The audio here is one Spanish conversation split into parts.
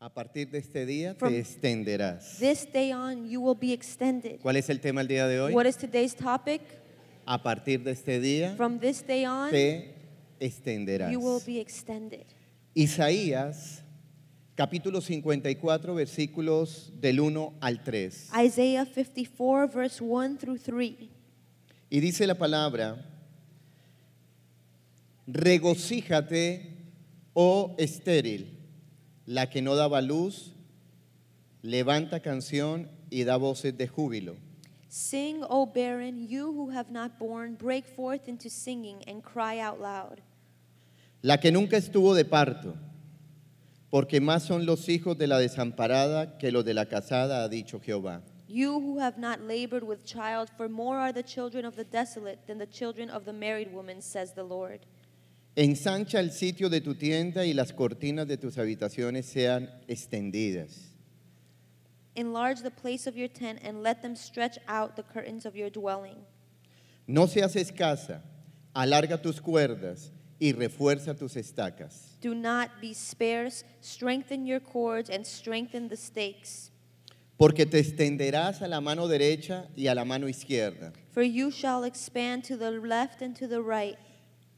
A partir de este día From- te extenderás. This day on, you will be extended. ¿Cuál es el tema el día de hoy? What is today's topic? A partir de este día From this day on, te extenderás. you will be extended. Isaías capítulo 54 versículos del 1 al 3. Isaiah 54, verse 1 through 3. Y dice la palabra, regocíjate, oh estéril, la que no daba luz, levanta canción y da voces de júbilo. Sing, O barren, you who have not borne, break forth into singing and cry out loud. La que nunca estuvo de parto, porque más son los hijos de la desamparada que los de la casada, ha dicho Jehová. You who have not labored with child, for more are the children of the desolate than the children of the married woman, says the Lord. Ensancha el sitio de tu tienda y las cortinas de tus habitaciones sean extendidas. Enlarge the place of your tent and let them stretch out the curtains of your dwelling. No seas escasa, alarga tus cuerdas y refuerza tus estacas. Do not be sparse, strengthen your cords and strengthen the stakes. Porque te extenderás a la mano derecha y a la mano izquierda, For you shall expand to the left and to the right,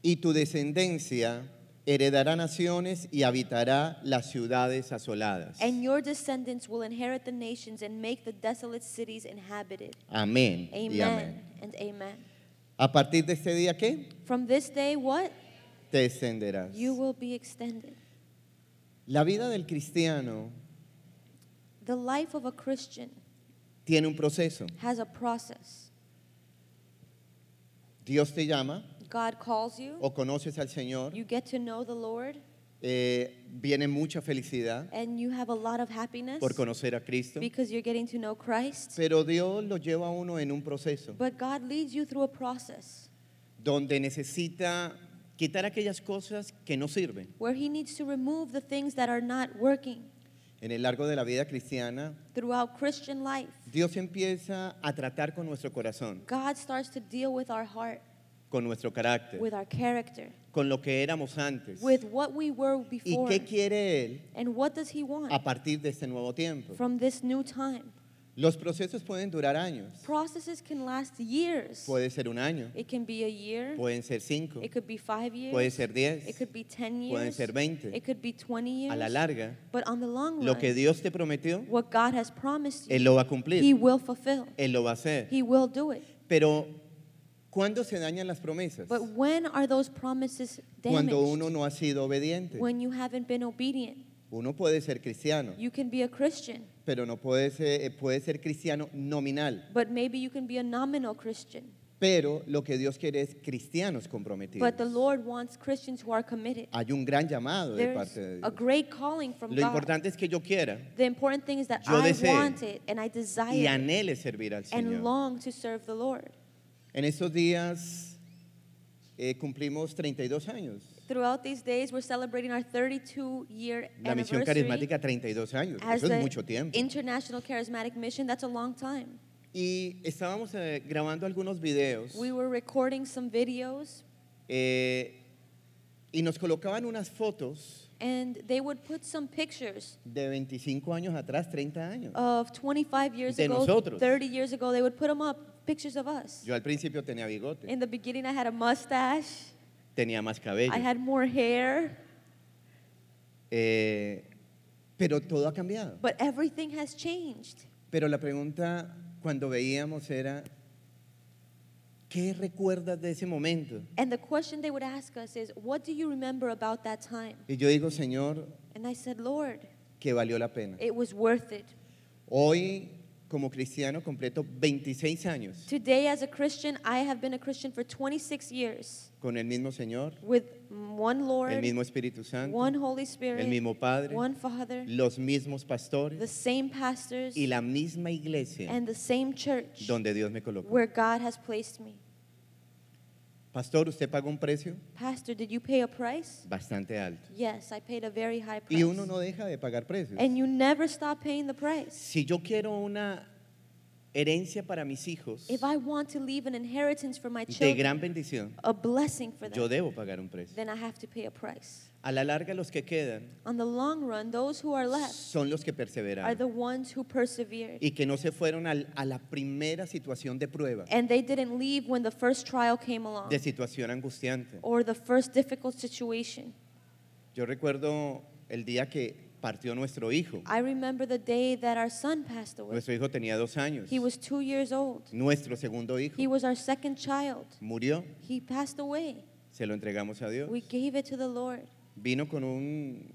y tu descendencia heredará naciones y habitará las ciudades asoladas. and your descendants will inherit the nations and make the desolate cities inhabited. Amén. y Amen amén. and amen. A partir de este día, ¿qué? From this day, what? Te extenderás. You will be extended. La vida del cristiano The life of a Christian tiene un proceso. has a process. Dios te llama God calls you, o conoces al Señor, you get to know the Lord, eh, viene mucha felicidad and you have a lot of happiness por conocer a Cristo, because you're getting to know Christ. pero Dios lo lleva a uno en un proceso But God leads you through a process donde necesita quitar aquellas cosas que no sirven. where He needs to remove the things that are not working. En el largo de la vida cristiana, Throughout Christian life, Dios empieza a tratar con nuestro corazón, God starts to deal with our heart, con nuestro carácter, with our character, con lo que éramos antes. with what we were ¿Y before. qué quiere Él And what does He want a partir de este nuevo tiempo? from this new time? Los procesos pueden durar años. Processes can last years. Puede ser un año, It can be a year. pueden ser cinco, It could be five years. puede ser It diez. could be 10 years. Pueden ser 20. It could be 20 years. A la larga, But on the long run, lo que Dios te prometió, what God has promised you, Él lo va a He cumplir, will fulfill. Él lo va a hacer. He will do it. Pero, ¿cuándo se dañan las promesas? But when are those promises damaged? Cuando uno no ha sido obediente. when you haven't been obedient. Uno puede ser cristiano, You can be a Christian, pero no puede ser, eh, puede ser cristiano nominal. but maybe you can be a nominal Christian. Pero lo que Dios quiere es cristianos comprometidos. But the Lord wants Christians who are committed. Hay un gran llamado Ah, de There's parte de a Dios. great calling from Lo God. importante es que yo quiera the important thing is that yo I desee want it and I desire y it anhele servir al and Señor. long to serve the Lord. En estos días eh, cumplimos 32 años. Throughout these days, we're celebrating our 32 year La misión anniversary carismática 32 años. as Eso the es mucho tiempo. International Charismatic Mission. That's a long time. Y estábamos eh, grabando algunos videos We were recording some videos, eh, y nos colocaban unas fotos and they would put some pictures de 25 años atrás, 30 años. of 25 years De ago, nosotros. 30 years ago. They would put them up, pictures of us. Yo al principio tenía bigote, In the beginning, I had a mustache. tenía más cabello, I had more hair, eh, pero todo ha cambiado. but everything has changed. Pero la pregunta cuando veíamos era, ¿qué recuerdas de ese momento? And the question they would ask us is, What do you remember about that time? Y yo digo, Señor, And I said, Lord, que valió la pena. it was worth it. Hoy, como cristiano, completo 26 años Today, as a Christian, I have been a Christian for 26 years con el mismo Señor, with one el Lord, mismo Espíritu Santo, one Holy Spirit, el mismo Padre, one Father, los mismos pastores. the same pastors, y la misma iglesia and the same church donde Dios me colocó. where God has placed me. Pastor, usted pagó un precio Pastor, did you pay a price? bastante alto. Yes, I paid a very high price. Y uno no deja de pagar precios. And you never stop paying the price. Si yo quiero una herencia para mis hijos If I want to leave an inheritance for my de children, gran bendición, a blessing for yo them, debo pagar un precio. then I have to pay a price. A la larga los que quedan On the long run, those who are left son los que are the perseveraron ones who persevered. y que no se fueron al- a la primera situación de prueba, And they didn't leave when the first trial came along de situación angustiante. or the first difficult situation. Yo recuerdo el día que partió nuestro hijo. I remember the day that our son passed away. Nuestro hijo tenía dos años. He was two years old. Nuestro segundo He hijo was our second child. murió, He passed away. se lo entregamos a Dios. We gave it to the Lord. Vino con un-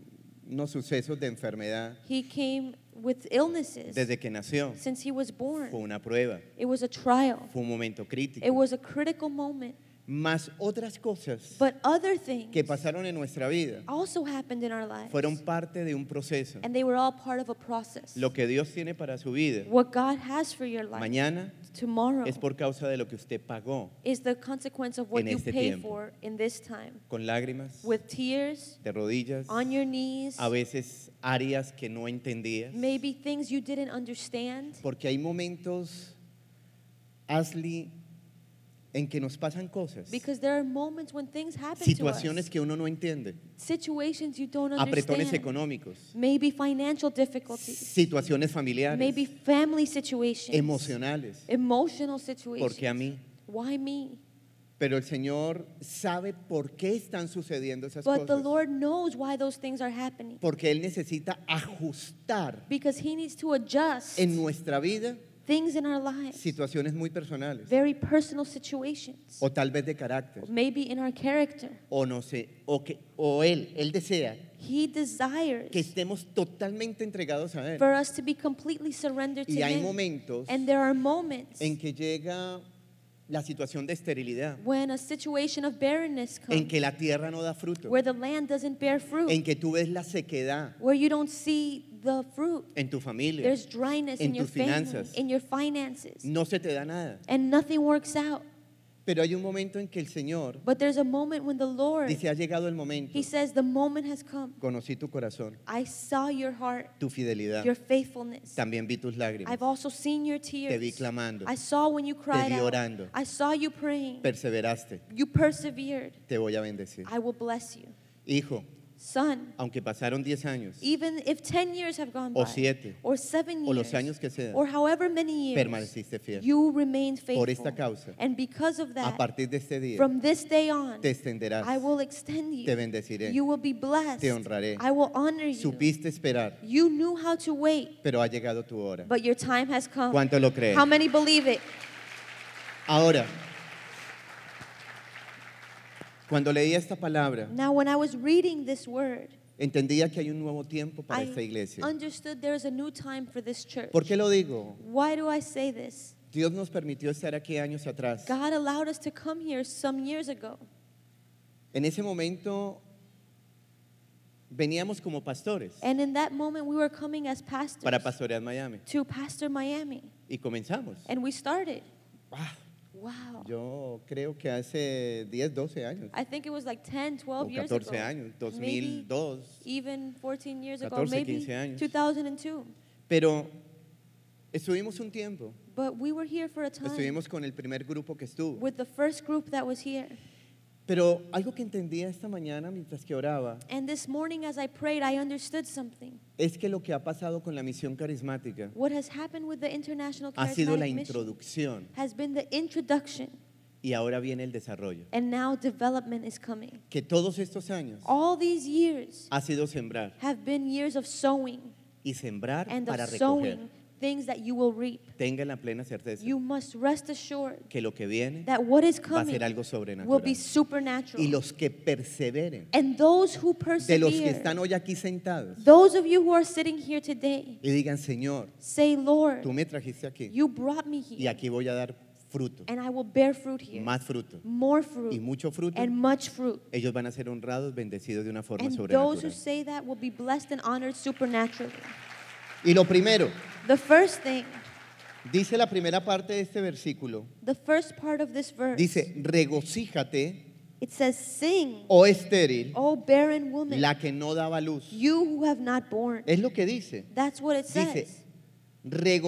unos sucesos de enfermedad He came with illnesses desde que nació. since he was born. Fue una prueba, It was a trial. fue un momento It crítico. was a critical moment. Más otras cosas But other things que pasaron en nuestra vida also happened in our lives. fueron parte de un proceso. and they were all part of a process. Lo que Dios tiene para su vida what God has for your life mañana tomorrow es por causa de lo que usted pagó is the consequence of what en you este pay tiempo. for in this time. con lágrimas, With tears, de rodillas, on your knees, a veces áreas que no entendías. maybe things you didn't understand. Porque hay momentos, Ashley, en que nos pasan cosas, Because there are moments when things happen situaciones to que uno no entiende, us. Situations you don't apretones understand. económicos, Maybe financial difficulties. situaciones familiares, Maybe family situations. emocionales. Emotional situations. ¿Por qué a mí? Why me? Pero el Señor sabe por qué están sucediendo esas But the cosas. Lord knows why those things are happening. porque Él necesita ajustar Because He needs to adjust en nuestra vida things in our lives. situaciones muy personales, Very personal situations. o tal vez de carácter, Maybe in our character. o no sé, o, que, o Él, Él desea He desires que estemos totalmente entregados a Él. for us to be completely surrendered to Y hay Him. momentos and there are moments en que llega la situación de esterilidad, when a situation of barrenness comes, en que la tierra no da fruto, where the land doesn't bear fruit, en que tú ves la sequedad where you don't see the fruit. en tu familia, There's dryness en in your tus family, finanzas. in your finances, no se te da nada. and nothing works out. Pero hay un momento en que el Señor But there's a moment when the Lord, dice, ha llegado el momento, He says, the moment has come. conocí tu corazón, I saw your heart, tu fidelidad, your faithfulness. también vi tus lágrimas, I've also seen your tears. vi clamando. I saw when you cried vi out. orando. I saw you praying. perseveraste, you persevered. te voy a bendecir. I will bless you. Hijo, Son, aunque pasaron 10 años, even if 10 years have gone O by, siete. or 7 O years, los años que sean. or however many years, permaneciste fiel. you remained faithful. Por esta causa, and because of A that, partir de este día, from this day on, te extenderás, I will extend you. te bendeciré, You will be blessed. te honraré. I will honor you. supiste esperar, You knew how to wait, pero ha llegado tu hora. but your time has come. ¿Cuánto lo crees? How many believe it? Ahora, cuando leía esta palabra, Now, when I was reading this word, entendía que hay un nuevo tiempo para I esta iglesia. understood there is a new time for this church. ¿Por qué lo digo? Why do I say this? Dios nos permitió estar aquí años atrás. God allowed us to come here some years ago. En ese momento veníamos como pastores And in that moment, we were coming as pastors para pastorear Miami to Pastor Miami. y comenzamos. And we started. Ah, Wow. Yo creo que hace 10, 12 años, I think it was like 10, o 12 years 14 ago. años, Maybe 2002. even 14 years ago, 14, maybe 15 años. 2002. Pero estuvimos un tiempo, But we were here for a time estuvimos con el primer grupo que estuvo. with the first group that was here. Pero algo que entendía esta mañana mientras que oraba And this morning, as I prayed, I understood something. es que lo que ha pasado con la misión carismática What has happened with the International ha sido la Charismatic Mission introducción has been the introduction, y ahora viene el desarrollo. and now development is coming. Que todos estos años All these years ha sido sembrar have been years of sowing y sembrar and para of recoger. sowing things that you will reap. Tengan la plena certeza You must rest assured que lo que viene that what is va a coming ser algo will sobrenatural. be supernatural. Y los que perseveren, and those who de los que persevere, están hoy aquí sentados, those of you who are sitting here today, y digan, Señor, say, Lord, tú me trajiste aquí you brought me y here, aquí voy a dar fruto, and I will bear fruit here, más fruto more fruit, y mucho fruto. and much fruit. Ellos van a ser honrados, bendecidos de una forma And those who sobrenatural. say that will be blessed and honored supernaturally. Y lo primero, The first thing, dice la primera parte de este versículo, the first part of this verse, dice, regocíjate, it says, Sing, oh estéril, O barren woman, la que no daba luz. you who have not born. Es lo que dice. That's what it Dice, says.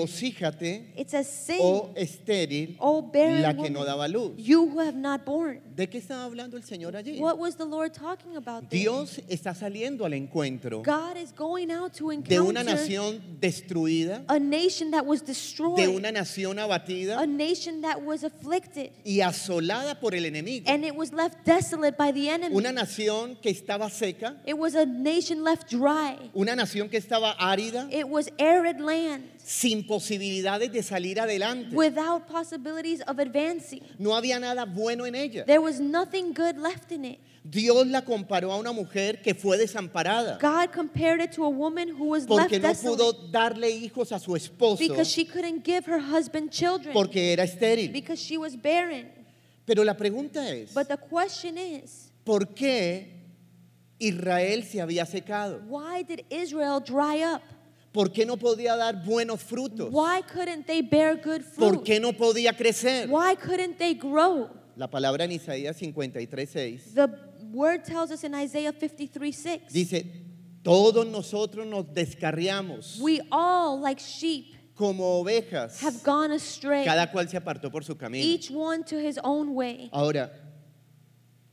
regocíjate, It says, Sing, oh estéril, O barren la que woman, no daba luz. you who have not born. ¿De qué estaba hablando el Señor allí? What was the Lord talking about there? Dios está saliendo al encuentro God is going out to de encounter una nación destruida, a nation that was destroyed, de una nación abatida a nation that was afflicted, y asolada por el enemigo. and it was left desolate by the enemy. Una nación que estaba seca, it was a nation left dry. una nación que estaba árida, It was arid land sin posibilidades de salir adelante. without possibilities of advancing. No había nada bueno en ella. There was nothing good left in it. Dios la comparó a una mujer que fue desamparada God compared it to a woman who was porque left no desolate pudo darle hijos a su esposo because she couldn't give her husband children porque era estéril. because she was barren. Pero la pregunta es, But the question is, ¿por qué Israel se había secado? why did Israel dry up? ¿Por qué no podía dar buenos frutos? Why couldn't they bear good ¿Por fruit? qué no podía crecer? Why couldn't they grow? La palabra en Isaías 53:6 The word tells us in Isaiah 53 6, dice, todos nosotros nos descarriamos we all, like sheep, como ovejas, have gone astray, cada cual se apartó por su camino. each one to his own way. Ahora,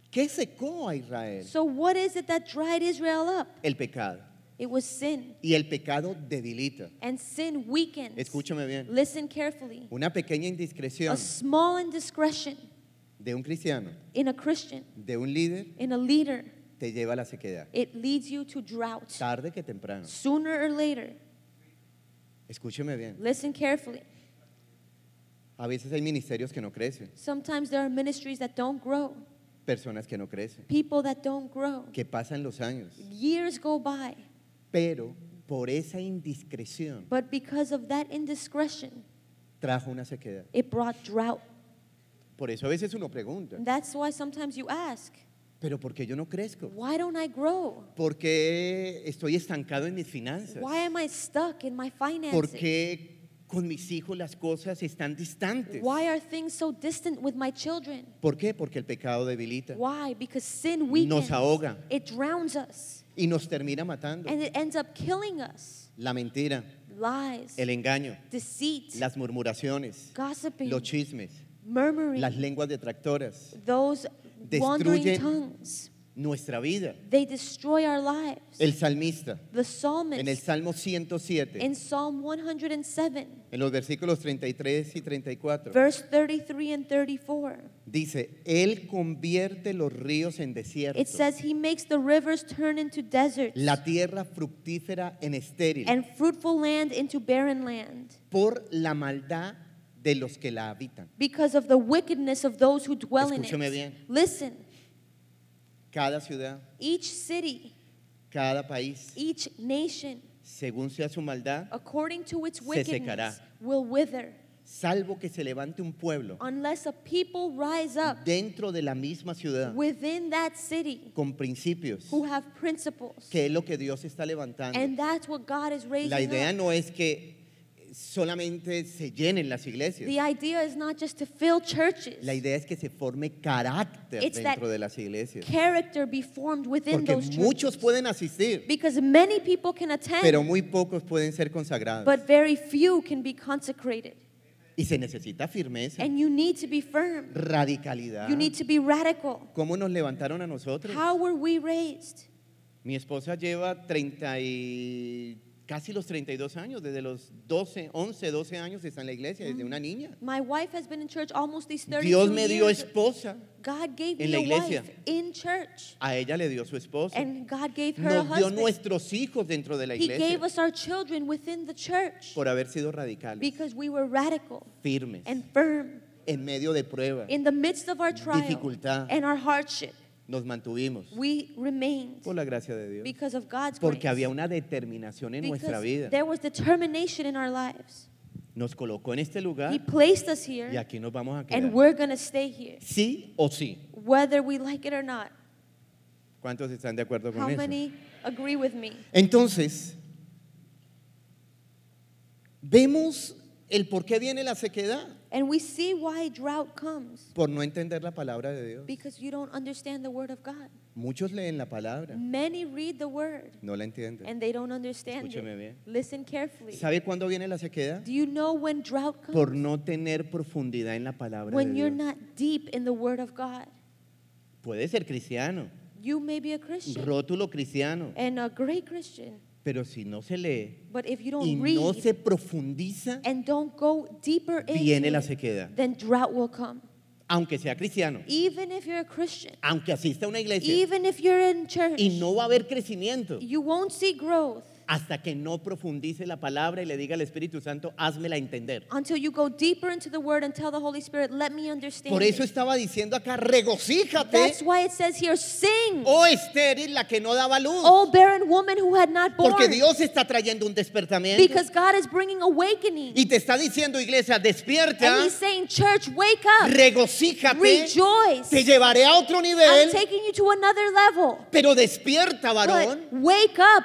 ¿qué secó a Israel? So, what is it that dried Israel up? El pecado. It was sin, Y el pecado debilita. and sin weakens. Escúchame bien. Listen carefully. Una pequeña indiscreción A small indiscretion de un cristiano, in a Christian, de un líder, in a leader, te lleva a la sequedad. it leads you to drought. Tarde que temprano. Sooner or later, Escúchame bien. listen carefully. A veces hay ministerios que no crecen, Sometimes there are ministries that don't grow, personas que no crecen, people that don't grow. que pasan los años. Years go by, Pero por esa indiscreción but because of that indiscretion, trajo una sequedad. it brought drought. Por eso a veces uno pregunta, And that's why sometimes you ask, ¿pero por qué yo no crezco? why don't I grow? ¿Por qué estoy estancado en mis finanzas? Why am I stuck in my ¿Por finances? qué con mis hijos las cosas están distantes? Why are things so distant with my children? ¿Por qué? Porque el pecado debilita Why? Because sin weakens. ahoga. It drowns us. y nos termina matando. And it ends up killing us. La mentira, Lies, el engaño, deceit, las murmuraciones, gossiping, los chismes, murmuring, las lenguas detractoras, those wandering destruyen- tongues. nuestra vida. They destroy our lives. El salmista, the psalmist en el Salmo 107, in Psalm 107, en los versículos 33 y 34, verse 33 and 34, dice, Él convierte los ríos en it desiertos, says, He makes the rivers turn into deserts la tierra fructífera en estéril, and fruitful land into barren land. por la maldad de los que la habitan. because of the wickedness of those who dwell in Escúchame it. bien. Listen, Cada ciudad, each city, cada país, each nation, según sea su maldad, according to its Se wickedness, secará. will wither salvo que se levante un pueblo unless a people rise up dentro de la misma ciudad within that city con principios, who have principles. que es lo que Dios está levantando. And that's what God is raising La idea up. no es que solamente se llenen las iglesias, The idea is not just to fill churches. la idea es que se forme carácter It's that dentro de las iglesias, Character be formed within porque those churches. muchos pueden asistir, Because many people can attend, pero muy pocos pueden ser consagrados but very few can be consecrated. y se necesita firmeza, And you need to be firm. radicalidad. You need to be radical. ¿Cómo nos levantaron a nosotros? How were we raised? Mi esposa lleva 30 y casi los 32 años, desde los 12, 11, 12 años está en la iglesia, Mm. desde una niña. My wife has been in church almost these 32 Dios me dio years. esposa, God gave en me la a iglesia. wife in church, a ella le dio su esposo. and God gave her a Nos dio husband. nuestros hijos dentro de la he iglesia gave us our children within the church por haber sido radicales, because we were radical firmes, and firm en medio de pruebas. in the midst of our trial Dificultad. and our hardship. Nos mantuvimos We remained por la gracia de Dios, because of God's porque grace. había una determinación en because nuestra vida. there was determination in our lives. Nos colocó en este He lugar placed us here, y aquí nos vamos a and quedar. we're gonna stay here, Sí o sí. whether we like it or not. ¿Cuántos están de acuerdo How con eso? many agree with me? Entonces, vemos El por qué viene la sequedad. And we see why drought comes Por no entender la palabra de Dios. because you don't understand the word of God. Muchos leen la palabra, Many read the word no la entienden. Mm. and they don't understand Escúcheme it. bien. Listen carefully. ¿Sabe cuándo viene la sequedad? Do you know when drought Por comes? no tener profundidad en la palabra de When you're Dios. not deep in the word of God. Puede ser cristiano, You may be a Christian rótulo cristiano, and a great Christian, pero si no se lee but if you y don't no se read profundiza, and don't go deeper into viene la it, sequedad. then drought will come. Aunque sea cristiano, Even if you're a Christian, aunque asista a una iglesia even if you're in church, y no va a haber crecimiento you won't see growth hasta que no profundice la palabra y le diga al Espíritu Santo, házmela entender. until you go deeper into the word and tell the Holy Spirit, let me understand. Por it." eso estaba diciendo acá, regocíjate, That's why it says here, sing, oh estéril, la que no daba luz, O barren woman who had not born. porque Dios está trayendo un despertamiento because God is bringing awakening. y te está diciendo, iglesia, and despierta, He's saying, Church, wake up, regocíjate, rejoice. te llevaré a otro I'm nivel, taking you to another level. pero despierta, varón. But wake up.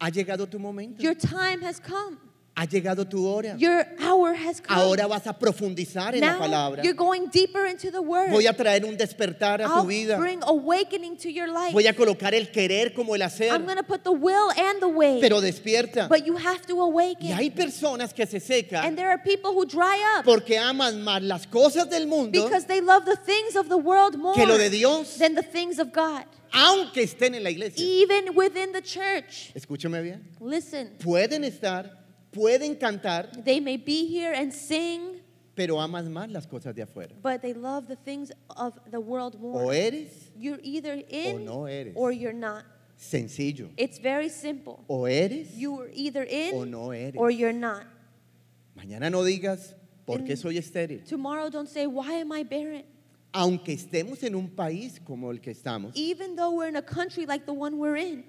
Ha llegado tu momento, Your time has come. ha llegado tu hora. Your hour has come. Ahora vas a profundizar en la now palabra. you're going deeper into the word. Voy a traer un despertar a I'll tu vida. bring awakening to your life. Voy a colocar el querer como el hacer, I'm going to put the will and the way. pero despierta. but you have to awaken. Y hay personas que se secan and there are people who dry up porque aman más las cosas del mundo because they love the things of the world more que lo de Dios, than the things of God. aunque estén en la iglesia. Even within the church. Escúchame bien. Listen, Pueden estar, pueden cantar, they may be here and sing, pero aman más las cosas de afuera. but they love the things of the world more. O eres You're either in no eres. or you're not. sencillo, It's very simple. o eres. You are either in O no eres. or you're not. Mañana no digas por qué En- soy estéril. Tomorrow, don't say, Why am I barren? Aunque estemos en un país como el que estamos, Even though we're in a country like the one we're in,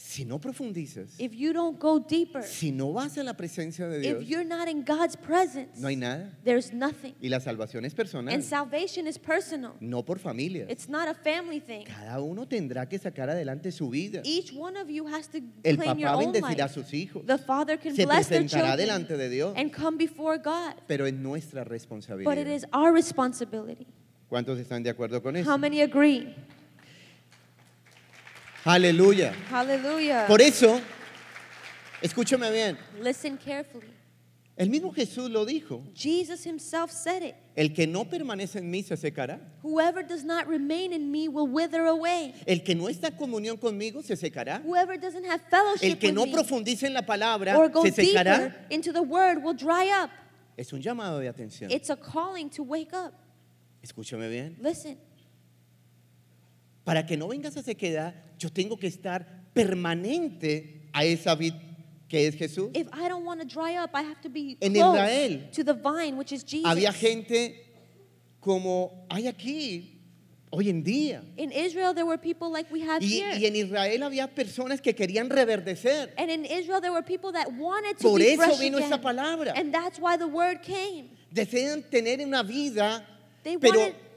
si no profundizas, if you don't go deeper, si no vas a la presencia de if Dios, you're not in God's presence, no hay nada. there's nothing. Y la salvación es personal, And salvation is personal, no por familia. it's not a family thing. Cada uno tendrá que sacar adelante su vida. Each one of you has to El claim your papá own bendecirá a life. sus hijos, The father can se bless their presentará children delante de Dios, and come before God. pero es nuestra But it responsabilidad. is our responsibility. ¿Cuántos están de acuerdo con How eso? many agree? Aleluya. Hallelujah. Por eso, escúchame bien, Listen carefully. el mismo Jesús lo dijo, Jesus himself said it. el que no permanece en mí se secará. Whoever does not remain in me will wither away. El que no está en comunión conmigo se secará. Whoever doesn't have fellowship El que with no me profundice en la palabra or go se deeper secará. into the word will dry up. Es un llamado de atención. It's a calling to wake up. Escúchame bien. Listen. Para que no vengas a sequedad, yo tengo que estar permanente a esa vid que es Jesús. If I don't want to dry up, I have to be En close Israel to the vine, which is Jesus. Había gente como hay aquí hoy en día. In Israel, there were people like we have Y, here. y en Israel había personas que querían reverdecer. and in Israel, there were people that wanted to Por be eso fresh vino again. esa palabra. And that's why the word came. Desean tener una vida, They pero wanted-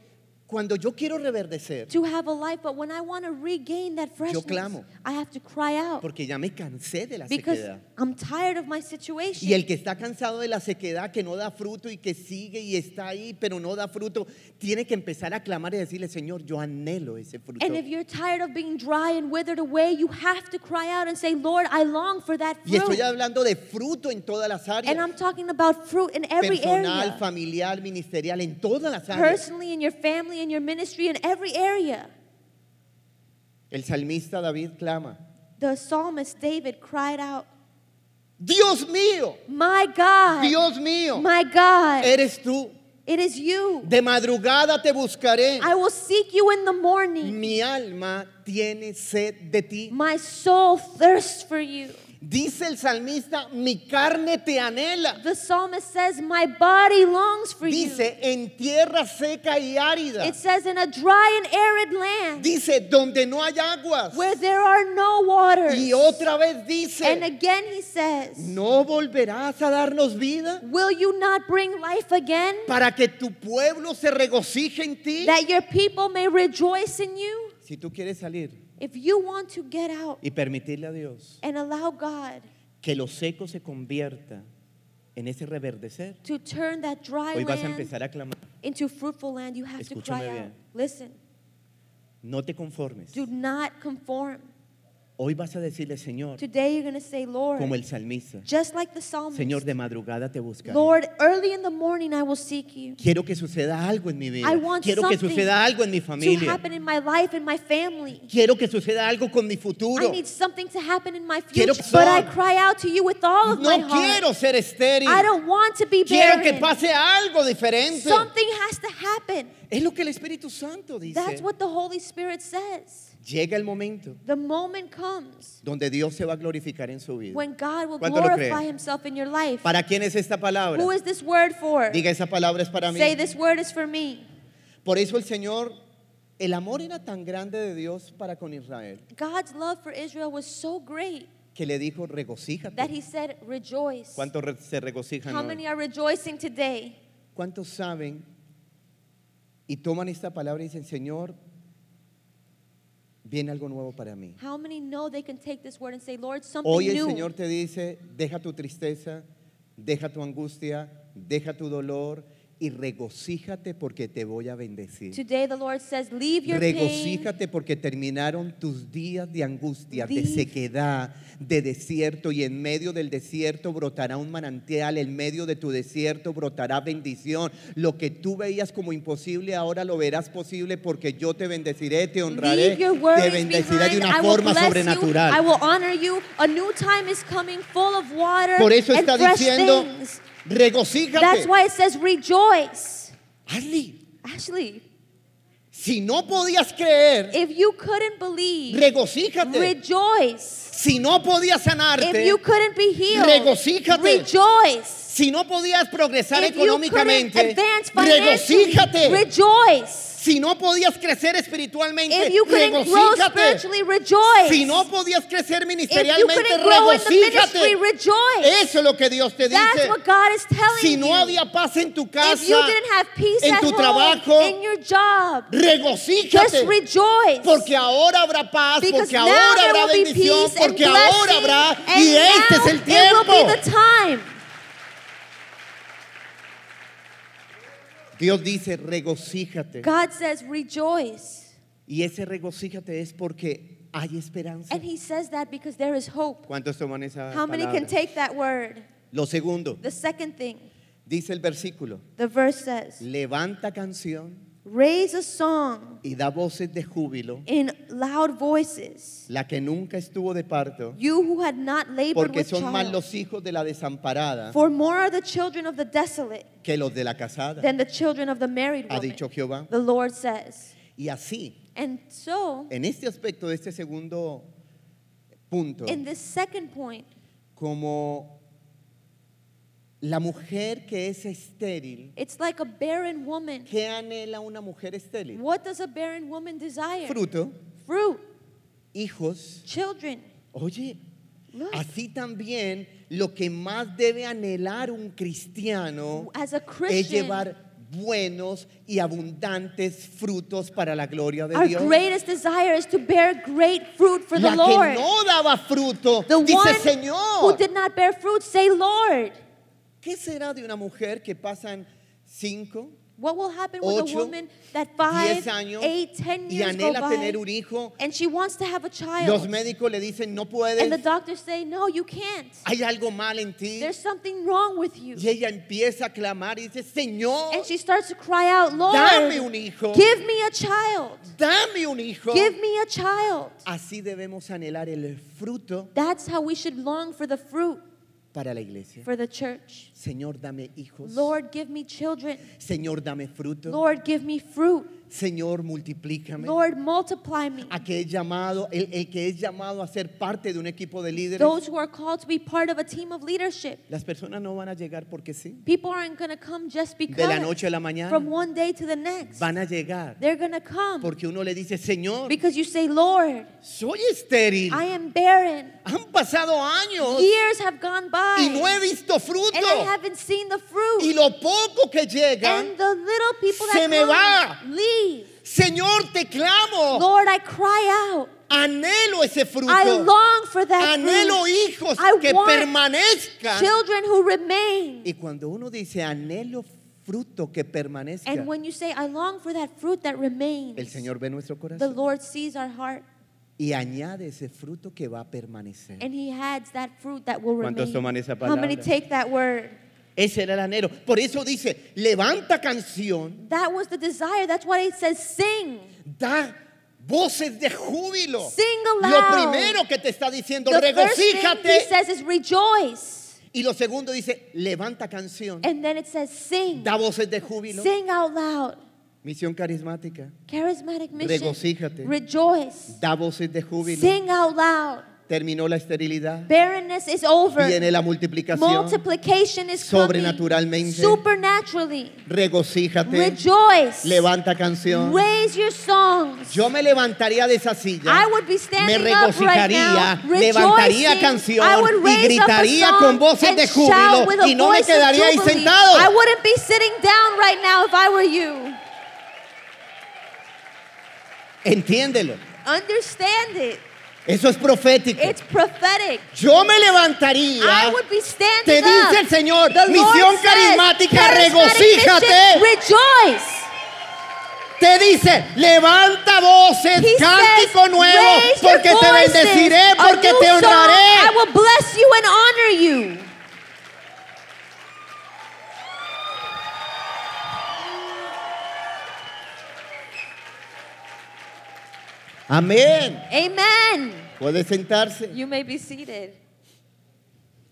cuando yo quiero reverdecer, To have a life, but when I want to regain that freshness, clamo. I have to cry out porque ya me cansé de la because sequedad. I'm tired of my situation. Y el que está cansado de la sequedad, que no da fruto y que sigue y está ahí, pero no da fruto, tiene que empezar a clamar y decirle, Señor, yo anhelo ese fruto. and if you're tired of being dry and withered away, you have to cry out and say, Lord, I long for that Y fruit. estoy hablando de fruto en todas las and I'm áreas, talking about fruit in every personal, area, familiar, ministerial, en todas las áreas. personally, in your family, in your ministry, in every area. El salmista David clama, The psalmist David cried out, Dios mío, My God, Dios eh, mío, my God, eres tú. it is you. De madrugada te buscaré. I will seek you in the morning. Mi alma tiene sed de ti. My soul thirsts for you. Dice el salmista, mi carne te anhela. The psalmist says, My body longs for you. Dice en tierra seca y árida. It says, In a dry and arid land Dice donde no hay aguas. where there are no waters. Y otra vez And dice, again he says, no volverás a darnos vida Will you not bring life again para que tu pueblo se regocije en ti. that your people may rejoice in you? Si tú quieres salir If you want to get out y permitirle a Dios and allow God que lo seco se convierta en ese reverdecer. To turn that dry Hoy vas a land empezar a clamar. into fruitful land, you have to Escúchame cry out. bien. Listen, No te conformes. do not conform. Hoy vas a decirle, Señor, Today you're going to say, Lord, como el salmista, just like the psalmist, Señor, de madrugada te buscaré. Lord, early in the morning I will seek you. Quiero que suceda algo en mi vida. I want Quiero que something suceda algo en mi To familia. happen in my life, in my family. Quiero que suceda algo con mi I futuro. need something to happen in my Quiero future. But I sol. cry out to you with all of my No heart. quiero ser estéril. I don't want to be Quiero que barren. pase algo diferente. Something has to happen. Es lo que el Espíritu Santo dice. That's what the Holy Spirit says. Llega el momento The moment comes donde Dios se va a glorificar en su vida. when God will ¿Cuánto lo creen? glorify Himself in your life. ¿Para quién es esta palabra? Who is this word for? Diga, esa palabra es para mí. Say, this word is for me. Por eso el Señor, el amor era tan grande de Dios para con Israel, God's love for Israel was so great que le dijo, that regocíjate. He said, rejoice. ¿Cuántos re- se regocijan How hoy? many are rejoicing today? ¿Cuántos saben y toman esta palabra y dicen, Señor, viene algo nuevo para mí? How many know they can take this word and say, Lord, something Hoy el new? Señor te dice, deja tu tristeza, deja tu angustia, deja tu dolor y regocíjate porque te voy a bendecir. Today the Lord says, leave your pain. Regocíjate porque terminaron tus días de angustia, de Leave. sequedad, de desierto y en medio del desierto brotará un manantial, en medio de tu desierto brotará bendición. Lo que tú veías como imposible ahora lo verás posible porque yo te bendeciré, te honraré, Leave your te worries bendeciré de behind. una I will forma bless sobrenatural. you. I will honor you. A new time is coming full of water Por eso and está fresh diciendo, things. regocíjate. That's why it says rejoice. Ashley, Ashley, si no podías creer, if you couldn't believe, regocíjate. rejoice. Si no podías If sanarte, you couldn't be healed, Regocíjate. rejoice. si no podías progresar If you couldn't económicamente, advance financially, regocíjate. rejoice. Si no podías crecer espiritualmente, If you couldn't grow regocíjate. spiritually, rejoice. Si no podías crecer if you ministerialmente, couldn't grow in the ministry, regocíjate. rejoice. Eso es lo que Dios te That's dice. what God is telling Si no you. había paz en tu if you casa, didn't have peace en at tu home, trabajo, in your job, just regocíjate. rejoice. Porque ahora habrá paz, because porque now ahora there habrá will be bendición, peace and porque ahora blessing, habrá and y este now es el it will be the tiempo. time. Dios dice, regocíjate. God says rejoice. Y ese regocíjate es porque hay esperanza. And he says that because there is hope. ¿Cuántos toman esa How many can palabra? take that word? Lo segundo, The second thing, dice el versículo, the verse says, levanta canción raise a song y da voces de júbilo, in loud voices. la que nunca estuvo de parto, You who had not labored porque with son más child. los hijos de la desamparada For more are the children of the desolate que los de la casada, than the children of the married ha woman. dicho Jehová. The Lord says. Y así, And so, en este aspecto de este segundo punto, in this second point, como la mujer que es estéril, it's like a barren woman. ¿qué anhela una mujer estéril? What does a barren woman desire? Fruto, Fruit, hijos. children. Oye, Look, así también lo que más debe anhelar un cristiano as a es Christian, llevar buenos y abundantes frutos para la gloria de our Dios. greatest desire is to bear great fruit for la the Lord. que no daba fruto, the dice one who Señor, did not bear fruit, say, Lord. ¿qué será de una mujer que pasan cinco, What will happen with a Ocho, woman that diez five, años eight, ten y years go anhela by, tener un hijo? and she wants to have a Los child, médicos le dicen no and the puedes, doctors say, "No, you can't. hay algo mal en ti. There's something wrong with you." Y ella empieza a clamar y dice Señor, And she starts to cry out, "Lord, Dame un hijo. give me a child. dame un hijo. Give me a child." Así debemos anhelar el fruto That's how we should long for the fruit para la iglesia. for the church. Señor, dame hijos. Lord, give me children. Señor, dame fruto. Lord, give me fruit. Señor, multiplícame. Lord, multiply me. a que es llamado, el, el que es llamado a ser parte de un equipo de líderes. Those who are called to be part of a team of leadership. Las personas no van a llegar porque sí. People aren't going to come just because. De la noche a la mañana. From one day to the next. Van a llegar They're going to come porque uno le dice, Señor, because you say, Lord, soy estéril. I am barren. Han pasado años Years have gone by y no he visto and I fruto. haven't seen the Y fruit. lo poco que llega, And the little people se me that come leave. Señor, te clamo. Lord, I cry out. Anhelo ese I fruto. long for that Mm, Anhelo fruit. hijos I que want permanezcan. Children who remain. Y cuando uno dice anhelo fruto que permanezca, And when you say, I long for that fruit that remains, el Señor ve nuestro the corazón Lord sees our heart y añade ese fruto que va a permanecer. and He adds that fruit that will remain. ¿Cuántos toman esa How many palabra? take that word? Ese era el anhelo. Por eso dice, levanta canción, That was the desire. That's why it says sing. da voces de júbilo. Sing Lo aloud. primero que te está diciendo, The first thing He regocíjate. says is rejoice. Y lo segundo dice, levanta canción, And then it says sing. da voces de júbilo. Sing out loud. Misión carismática, Charismatic mission. Regocíjate. Rejoice. da voces de júbilo. Sing out loud. Terminó la esterilidad, Barrenness is over. viene la multiplicación. Multiplication is coming. Sobrenaturalmente. Supernaturally. Regocíjate, Rejoice. levanta canción. Raise your songs. Yo me levantaría de esa silla, I would be me standing up right regocijaría, now, levantaría rejoicing. canción I would y raise gritaría up a song con voces and de shout with júbilo a y no me voice of quedaría ahí jubilee. sentado. I wouldn't be sitting down right now if I were you. Entiéndelo, Understand it. eso es profético. It's prophetic. Yo me levantaría. I would be standing Te dice up. el Señor, The Lord misión says, carismática, charismatic regocíjate. mission, Rejoice. Te dice, levanta voces, He cántico says, nuevo, "Raise your porque te voices, bendeciré, a porque new te song, I honraré. will bless you and honor you. Amén. Amen. Puede sentarse. You may be seated.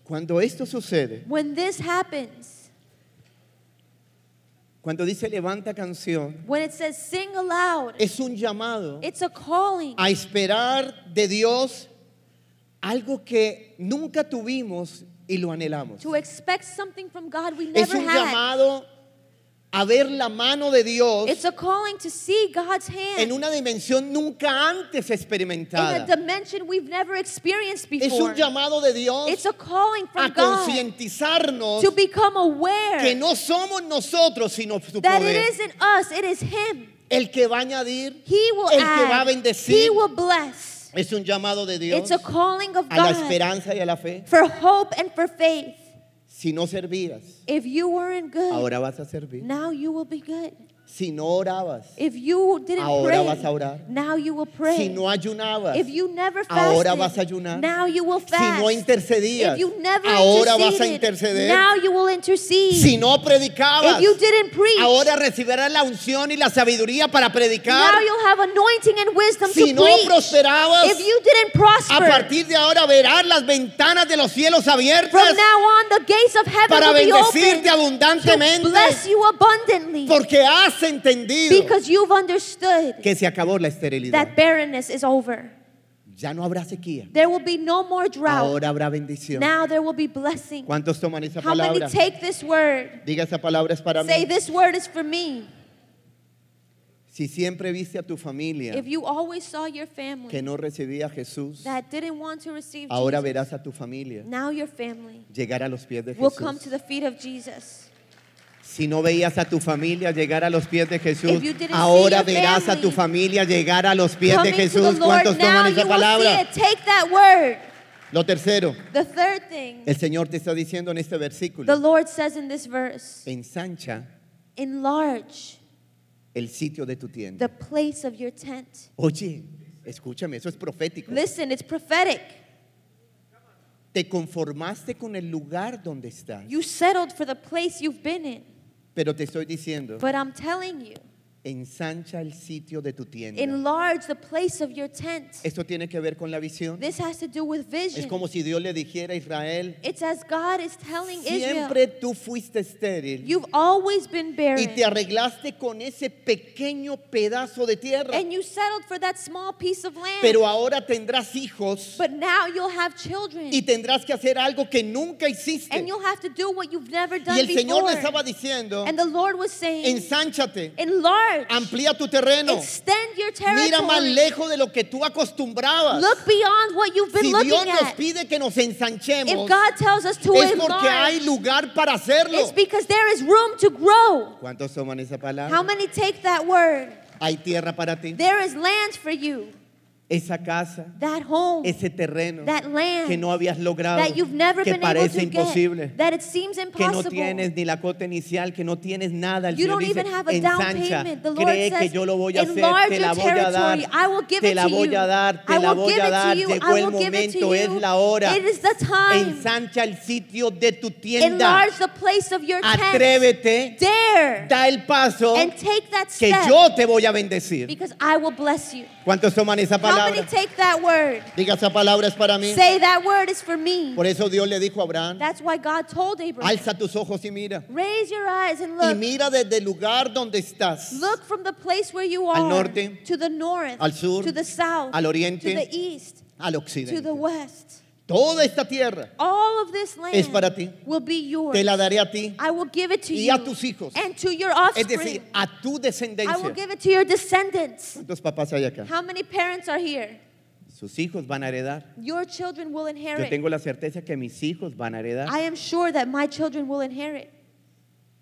Cuando esto sucede, When this happens, cuando dice levanta canción, when it says sing aloud, es un llamado it's a calling a esperar de Dios algo que nunca tuvimos y lo anhelamos. to expect something from God we Es never un had. llamado a ver la mano de Dios It's a calling to see God's en hand una dimensión nunca antes in a experimentada. dimension we've never experienced Es before. un llamado de Dios It's a calling from a God concientizarnos to become aware que no somos nosotros sino su that it poder. isn't us, it is Him. El que va a añadir He will El que add. va a bendecir. He will bless. es un llamado de Dios It's a calling of a la God esperanza y a la fe. for hope and for faith. Si no servías, If you weren't good, ahora vas a servir. now you will be good. Si no orabas, If you didn't Ahora pray, vas a orar. now you will pray. si no ayunabas, if you never fasted, ahora vas a ayunar. now you will fast. Si no intercedías, if you never ahora vas a interceder. interceded, now you will intercede. Si no predicabas, if you didn't preach, ahora recibirás la unción y la sabiduría para predicar. now you'll have anointing and wisdom Si to no preach. prosperabas, if you didn't A prosper, partir de ahora verás las ventanas de los cielos abiertas From now on, the gates of heaven para will be bendecirte open. abundantemente Bless you abundantly porque has entendido because you've understood que se acabó la esterilidad. that barrenness is over. Ya no habrá sequía. There will be no more drought. Ahora habrá bendición. Now there will be blessing. ¿Cuántos toman esa How many palabra? take this word? Diga esa palabra es para mí. Say, This word is for me. Si siempre viste a tu familia If you always saw your que family no recibía a Jesús, that didn't want to receive ahora Jesus, verás a tu familia now your family llegar a los pies de will come to Jesús. the feet of Jesus. Si no veías a tu familia llegar a los pies de Jesús, If you didn't see ahora your verás a tu family familia llegar a los pies de Coming to the Jesús. Lord ¿Cuántos now, toman you esa will see palabra? it. Take that word. Lo tercero, The third thing el Señor te está diciendo en este The versículo, Lord says in this verse, ensancha enlarge el sitio de tu the tienda. place of your tent. Oye, escúchame, eso es profético. Listen, it's prophetic. Te conformaste con el lugar donde estás, You settled for the place you've been in. pero te estoy diciendo, But I'm telling you, ensancha el sitio de tu tienda. enlarge the place of your tent. Esto tiene que ver con la visión. This has to do with Es vision. como si Dios le dijera a Israel, It's as God is telling Israel, siempre tú fuiste estéril you've always been y barren. te arreglaste con ese pequeño pedazo de tierra, And you settled for that small piece of land. pero ahora tendrás hijos but now you'll have children. y tendrás que hacer algo que nunca hiciste. And you'll have to do what you've never done Y el Señor before. le estaba diciendo, and the Lord was saying, ensánchate, enlarge. amplía tu terreno, Extend your territory. mira más lejos de lo que tú acostumbrabas. Look beyond what you've been Si Dios looking nos at. pide que nos If ensanchemos, God tells us to es enlarge, porque hay lugar para hacerlo. it's because there is room to grow. ¿Cuántos toman esa How palabra? many take that word? Hay tierra para ti. There is land for you. esa casa, that home, ese terreno that land que no habías logrado, that you've never que been able parece to imposible, get, that it seems que no impossible. tienes ni la cota inicial, que no tienes nada. El You Señor don't dice, even have a down ensancha, payment. The Lord cree que says, yo lo voy a hacer, enlarge te la your voy a dar, territory. I will give te it la to voy a you. dar, I te la will voy give it a to dar, you. llegó I el will give it to momento, es you. la hora. It is the time. Ensancha el sitio de tu tienda, Enlarge the place of your tent. atrévete, Dare da el paso and take that que step yo te voy a bendecir. because I will bless you. ¿Cuántos toman esa How many palabra? take that word? Diga esa palabra es para mí. Say that word is for me. Por eso Dios le dijo a Abraham, That's why God told Abraham, alza tus ojos y mira. raise your eyes and Y look. mira desde el lugar donde estás, Look from the place where you Al are norte, to the north, al sur, to the south, al oriente, to the east, al to the occidente. west. Toda esta tierra All of this land Es para ti. will be yours. te la daré a ti, I will give it to y you a tus hijos. and to your es offspring. decir, a tu I will descendencia. give it to your descendants. ¿Cuántos papás hay acá? How many parents are here? Sus hijos van a heredar. Your children will Yo inherit. tengo la certeza que mis hijos van a heredar. I am sure that my children will inherit.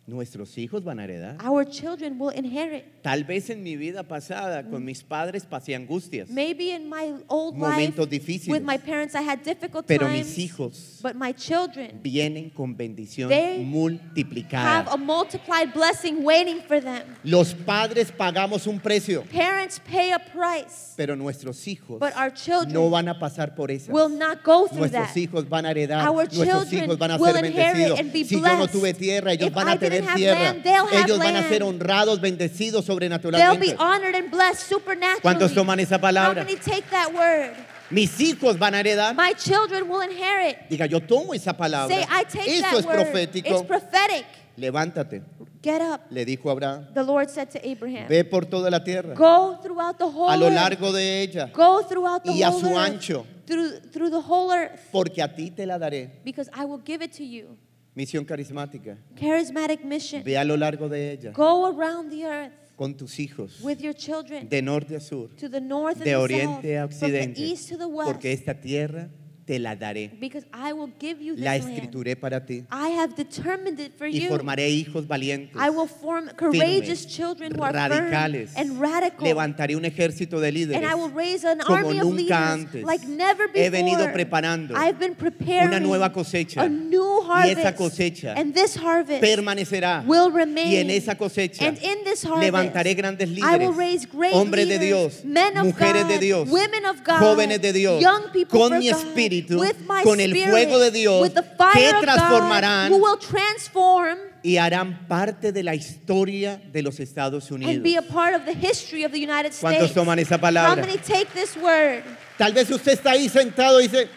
Nuestros hijos van a heredar. Our children will inherit. Tal vez en mi vida pasada con mis padres pasé angustias, Maybe in my old Momentos life difíciles. with my parents I had difficult pero times. mis hijos But my children vienen con bendición They have multiplicada. a multiplied blessing waiting for them. Los padres pagamos un precio, Parents pay a price. pero nuestros hijos But our children no van a pasar por eso. Will not go through Nuestros that. hijos van a heredar, Our nuestros children hijos van a will ser inherit bendecidos. and be Si yo no blessed. tuve tierra, ellos If van a I didn't tener have tierra. land, they'll have ellos van a ser land. honrados, bendecidos They'll be sobrenaturalmente. honored and blessed supernaturally. ¿Cuántos toman esa palabra? How many take that word? Mis hijos van a heredar. My children will inherit. Diga, yo tomo esa palabra. Say, I take Eso that es word. profético. It's prophetic. Levántate, Get up. le dijo Abraham. The Lord said to Abraham, Ve por toda la tierra, Go throughout the whole a lo earth. largo de ella, Go throughout the y a whole su earth. ancho. Through, through the whole earth. porque a ti te la daré. Because I will give it to you. Misión carismática. Charismatic mission. Ve a lo largo de ella, Go around the earth con tus hijos, with your children de norte a sur, to the north and de the oriente a south, from the occidente, east to the west, porque esta tierra te la daré. because I will give you this La land. escrituré para ti I have determined it for y you. formaré hijos valientes. I will form courageous firmes, children who are radicales. firm and radical, Levantaré un ejército de líderes and I will raise an como army of leaders nunca antes. like never before. He venido preparando I've been preparing una nueva cosecha. a new Y harvest, esa cosecha and this harvest permanecerá will remain. y en esa cosecha and in this harvest, levantaré grandes I will líderes, raise great hombres de leaders, Dios, men of mujeres God, de Dios, women of God, jóvenes de Dios, young people con for mi God, espíritu, with my con el spirit, fuego de Dios, with the fire que of God, transformarán who will transform y harán parte de la historia de los Estados and be a Unidos. part of the history of the United ¿Cuántos States. toman esa How palabra? many take this word? Tal vez usted está ahí sentado y dice,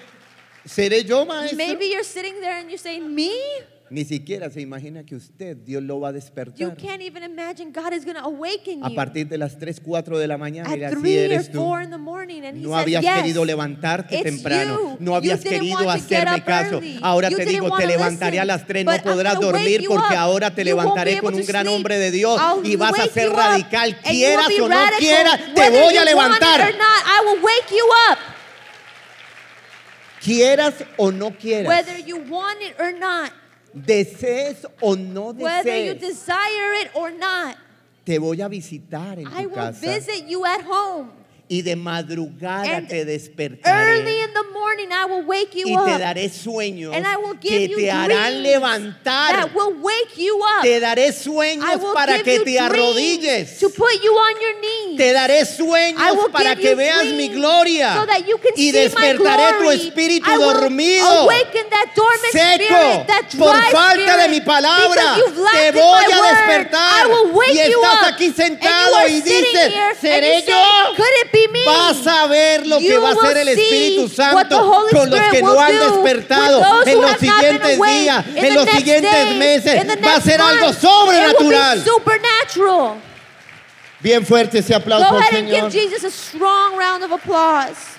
¿seré yo maestro? Maybe you're sitting there and you're saying, "Me? Ni siquiera se imagina que usted, Dios lo va a You despertar can't even imagine God is going to awaken a you partir de las 3, 4 de la mañana. Y at así three or eres tú. four in the morning." And He No says, habías "Yes, querido levantarte it's temprano, you. no habías You didn't querido want to get hacerme up caso. early. Ahora You te didn't digo, want te to levantaré a listen, las tres, no but I'm podrás gonna dormir wake you porque up. ahora te You won't be levantaré able con to un gran sleep. hombre de Dios I'll y vas a wake ser you up, radical, and you will quieras be o no radical. quieras, te Whether voy you a want it levantar. or not, I will wake you up. Quieras o no quieras, Whether you want it or not, desees o no whether you desees, desire it or not, te voy a visitar en I tu will casa visit you at home. y de madrugada And te despertaré. Early in the morning, I will wake you y te up. daré sueños And I will que give you te harán dreams levantar. That will wake you up. Te daré sueños I will para give que you te dreams arrodilles. To put you on your knees. Te daré I sueños will para give que you veas mi dreams gloria so that you can y see my despertaré tu glory. espíritu I will dormido, awaken that dormant seco, spirit, that por dry falta de spirit, mi palabra. because you've lacked Te in voy my a word. despertar I will wake y you estás up. aquí sentado And you y are sitting dices, here, and ¿seré you say, yo? Could it be me? Vas a ver lo que You va a will hacer el see Espíritu what the Santo Holy con los Spirit que no will han do despertado with those en who los have not been siguientes awake días, in en the los next siguientes days, meses. in the Va a next ser algo month. It will be sobrenatural. supernatural. Bien fuerte ese aplauso, Go al ahead and give Señor. Jesus a strong round of applause.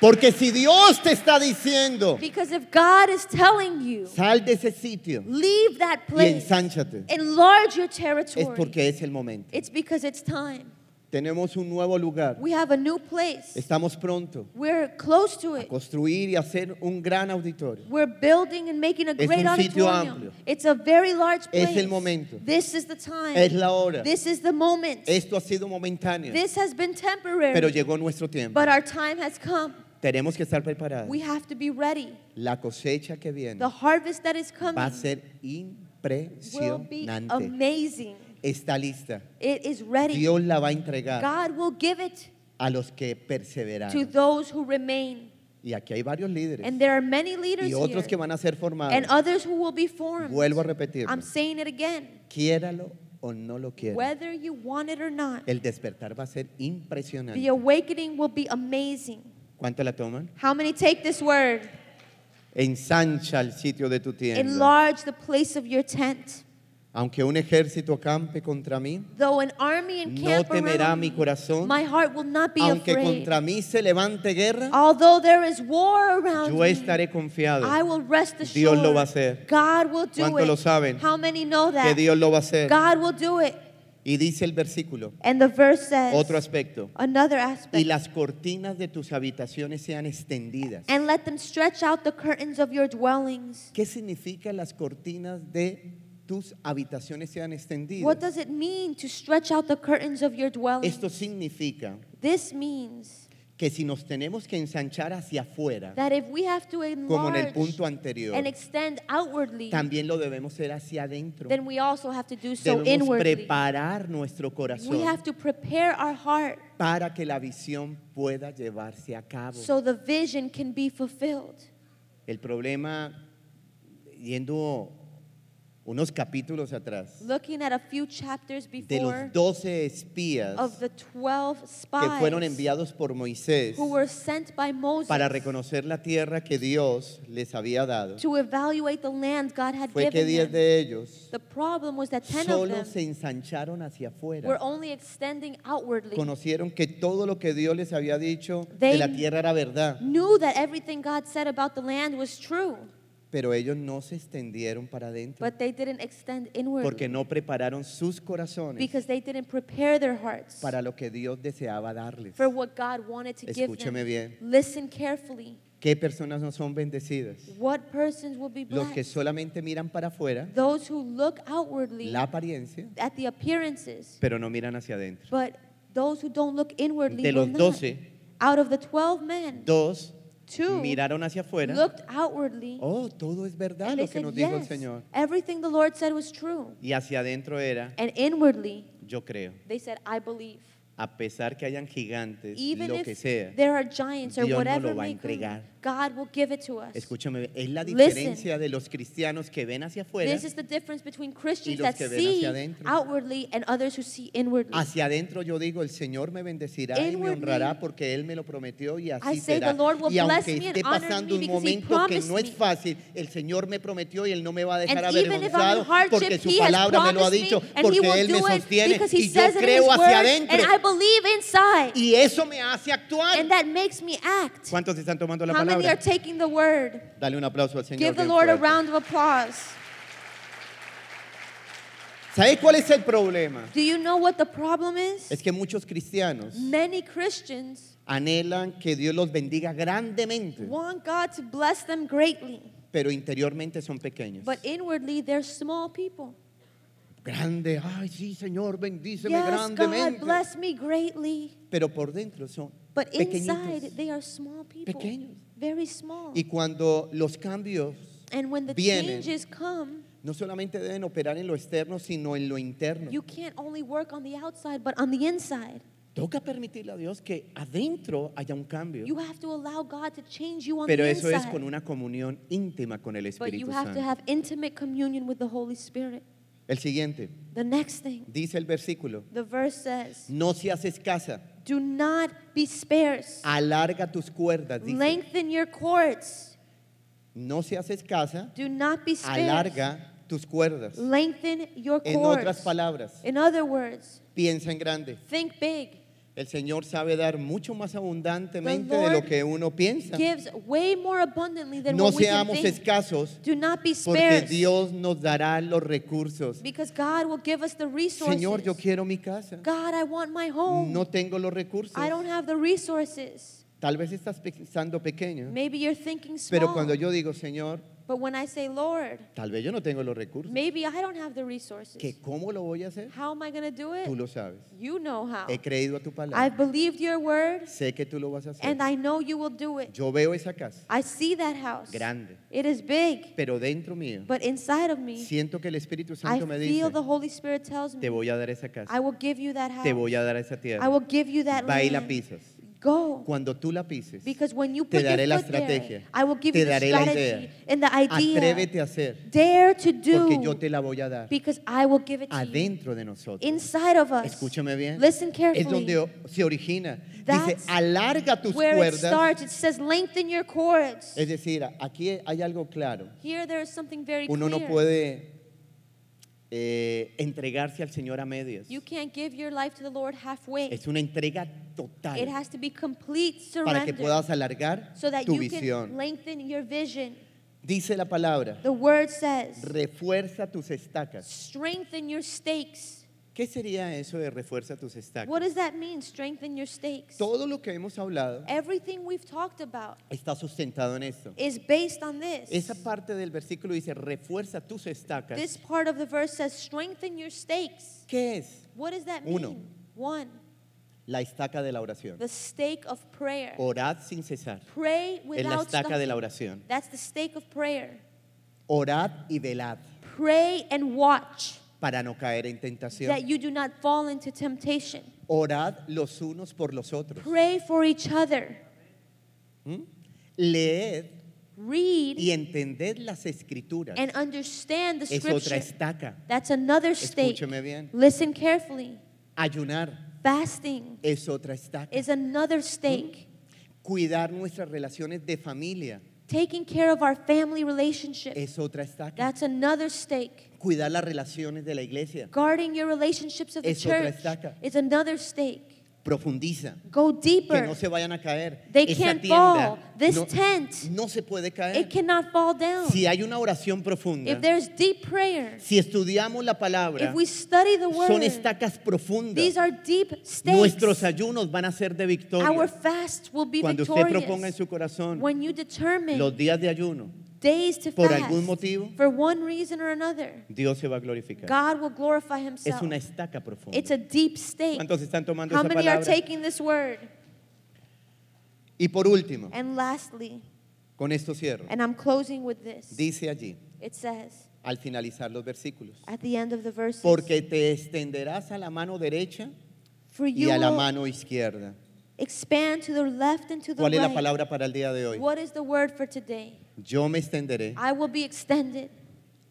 Porque si Dios te está diciendo, Because if God is telling you, sal de ese sitio leave that y place, ensánchate, enlarge your es territory, porque es el momento. it's because it's time. Tenemos un nuevo lugar. We have a new place. Estamos pronto We're close to a it. construir y hacer un gran auditorio. We're building and making a Es great un sitio amplio. auditorium. It's a very large Es place. el momento. This is the time. Es la hora. This is the moment. Esto ha sido momentáneo, This has been temporary. pero llegó nuestro tiempo. But our time has come. Tenemos que estar preparados. We have to be ready. La cosecha que viene The harvest that is coming va a ser will be impresionante. amazing. Está lista. It is ready. Dios la va a entregar God will give it a los que to perseveraron. those who remain. Y aquí hay varios líderes And there are many leaders y otros que here van a ser and formados. others who will be formed. Vuelvo a repetir. I'm saying it again. Quiéralo o no lo quiera. Whether you want it or not, El despertar va a ser the impresionante. awakening will be amazing. ¿Cuánto la toman? How many take this word? Ensancha el sitio de tu tienda. Enlarge the place of your tent. Aunque un ejército acampe contra mí, Though an army no encamp temerá around mi me, corazón. my heart will not be Aunque afraid. contra mí se levante guerra, Although there is war around yo me, estaré confiado I will rest Dios assured. lo va a hacer. God will do ¿Cuántos it. lo saben? How many know que that? Dios lo va a hacer. God will do it. Y dice el versículo, And the verse says otro aspecto, another aspect. y las cortinas de tus habitaciones sean extendidas. and let them stretch out the curtains of your dwellings. ¿Qué significa las cortinas de tus habitaciones sean extendidas? What does it mean to stretch out the curtains of your dwelling? Esto significa This means que si nos tenemos que ensanchar hacia afuera, that if we have to como en el enlarge punto anterior, and extend outwardly, también lo debemos hacer hacia adentro. then we also have to do so Debemos inwardly. preparar nuestro corazón We have to prepare our heart para que la visión pueda llevarse a cabo. so the vision can be fulfilled. el problema, yendo unos capítulos atrás, Looking at a few chapters de before los doce espías of the 12 que fueron spies enviados por Moisés who were sent by Moses para reconocer la tierra que Dios les había dado, to evaluate the land God had fue que given diez them. de ellos The problem was that 10 of solo them se ensancharon hacia were afuera. only extending outwardly. Conocieron que todo lo que Dios les había dicho de They- la tierra era verdad, knew that everything God said about the land was true, pero ellos no se extendieron para adentro but they didn't extend porque inwardly no prepararon sus corazones because they didn't prepare their hearts para lo que Dios deseaba darles. for what God wanted to give Escúcheme bien. them. Listen carefully. ¿Qué personas no son bendecidas? What persons will be Los que blessed? solamente miran para afuera, Those who look outwardly la apariencia, at the appearances, pero no miran hacia adentro. but those who don't look inwardly De will los not. 12, out of the 12 men, Dos, two miraron hacia afuera. looked outwardly Oh, todo es verdad and they lo que said, nos dijo el yes, Señor. everything the Lord said was true. Y hacia adentro era, And inwardly, yo creo. they said, I believe. A pesar que hayan gigantes, Even lo que if sea. there are giants or Dios no lo whatever va a may come, entregar. God will give it to us. Escúchame, es la Listen. diferencia de los cristianos que ven hacia afuera. This is the difference between Christians los that que ven see hacia adentro. outwardly and others who see inwardly. Hacia adentro yo digo, el Señor me bendecirá y me Inwardly, honrará porque Él me lo prometió y así I say, será. "The Lord will y bless aunque me and esté honor pasando me un because He momento que promised no es me." fácil, el Señor me prometió y Él no me va a dejar And even if I'm in avergonzado hardship, porque su He has palabra me lo ha promised me, dicho, and He porque will Él me do it sostiene because He y yo says it in His creo hacia word, adentro and I believe inside, y eso me hace actuar. and that makes me act. ¿Cuántos están tomando la How many are palabra? taking the word? Dale un aplauso al Señor. Give the bien Lord a fuerte. round of applause. ¿Sabes cuál es el problema? Do you know what the problem is? Es que muchos cristianos Many Christians anhelan que Dios los bendiga grandemente, want God to bless them greatly, pero interiormente son pequeños. but inwardly they're small people. Grande, ay sí, Señor, bendíceme Yes, God, grandemente. bless me greatly. Pero por dentro son But inside, pequeñitos. they are small people. Pequeños. Very small. Y cuando los cambios And when the vienen. changes come, no solamente deben operar en lo externo, sino en lo interno, you can't only work on the outside, but on the inside. toca permitirle a Dios que adentro haya un cambio. You have to allow God to change you on Pero the eso inside. es con una comunión íntima con el but you Espíritu have to Santo. have intimate communion with the Holy Spirit. El siguiente, The next thing, dice el versículo, the verse says, no seas escasa, Do not be sparse. alarga tus cuerdas, dice. Lengthen your cords. No seas escasa, Do not be sparse. alarga tus cuerdas. Lengthen your En otras cords. palabras, In other words, piensa en grande. think big. El Señor sabe dar mucho más abundantemente The de lo Pues Lord que uno piensa. gives way more abundantly than No what we can seamos think. escasos Do not be porque spared Dios nos dará los recursos. because God will give us the resources. Señor, yo quiero mi casa. God, I want my home. No tengo los recursos. I don't have the resources. Tal vez estás pensando pequeño, Maybe you're thinking small. pero cuando yo digo, Señor, but when I say, Lord, tal vez yo no tengo los recursos. maybe I don't have the resources. ¿Que cómo lo voy a hacer? How am I going to do it? Tú lo sabes. You know how. He creído a tu I've palabra. believed your word Sé que tú lo vas a hacer. and I know you will do it. Yo veo esa casa I see that house. grande, It is big, pero dentro mío but inside of me, siento que el Espíritu I Santo me dice, feel the Holy Spirit tells te me, voy a dar esa I casa, will give you that te house. voy a dar esa I will tierra. give you that Va y la land. pisas. Go. Cuando tú la pises, Because when you Te put daré your la foot there, estrategia. I will give Te you the daré la strategy idea. and the idea. atrévete a hacer, Dare to do porque yo te la voy a dar because I will give it to you. adentro de nosotros. Inside of us. Escúchame bien. Listen carefully. Es donde o- se origina. Dice, That's alarga tus Where it cuerdas. starts, it says lengthen your cords. Es decir, aquí hay algo claro. Here there is something very Uno clear. no puede eh, entregarse al Señor a medias. You can't give your life to the Lord halfway. Es una entrega It total has to be complete para que surrender puedas alargar so that tu you can visión. lengthen your vision. Dice la palabra, The word says, refuerza tus estacas. strengthen your stakes. ¿Qué sería eso de refuerza tus estacas? What does that mean, strengthen your stakes? Todo lo que hemos hablado Everything we've talked about está sustentado en esto. is based on this. Esa parte del versículo dice, refuerza tus This estacas. part of the verse says, strengthen your stakes. ¿Qué es? What does that Uno. mean? One, La estaca de la oración. the stake of prayer. Orad sin cesar. Pray Es la without estaca de la stopping. oración. That's the stake of prayer. Orad y velad Pray and watch para no caer en tentación. that you do not fall into temptation. Orad los unos por los otros. Pray for each other. Leed y Read entended las escrituras. and understand the Es otra scripture. estaca. That's another stake. Escúcheme bien. Listen carefully. Ayunar Fasting es otra estaca. is another stake. Cuidar nuestras relaciones de familia Taking care of our family relationship. es otra estaca. That's another stake. Cuidar las relaciones de la iglesia. Guarding your relationships of the Es otra church estaca. is another stake. Profundiza. Go Que deeper. no se vayan a caer. They Esa can't tienda fall. This no, tent. no se puede caer. It cannot fall down. Si hay una oración profunda, If there's deep prayer, si estudiamos la palabra, if we study the son word, estacas these profundas. are deep stakes. Nuestros ayunos van a ser de Our victoria. fast will be Cuando usted proponga en victorious. su corazón When you determine los días de ayuno, days to por fast algún motivo, for one reason or another, Dios se va a glorificar. God will glorify Es Himself. una estaca profunda. It's a deep stake. ¿Cuántos están tomando How esa many are palabra? taking this word? Y por último, And lastly, con esto cierro. and I'm closing with this. Dice allí, It says al finalizar los versículos, at the end of the verse, porque te extenderás a la mano derecha for y you a la will mano izquierda. expand to the left and to the ¿Cuál es la right. palabra para el día de hoy? What is the word for today? Yo me extenderé I will be extended.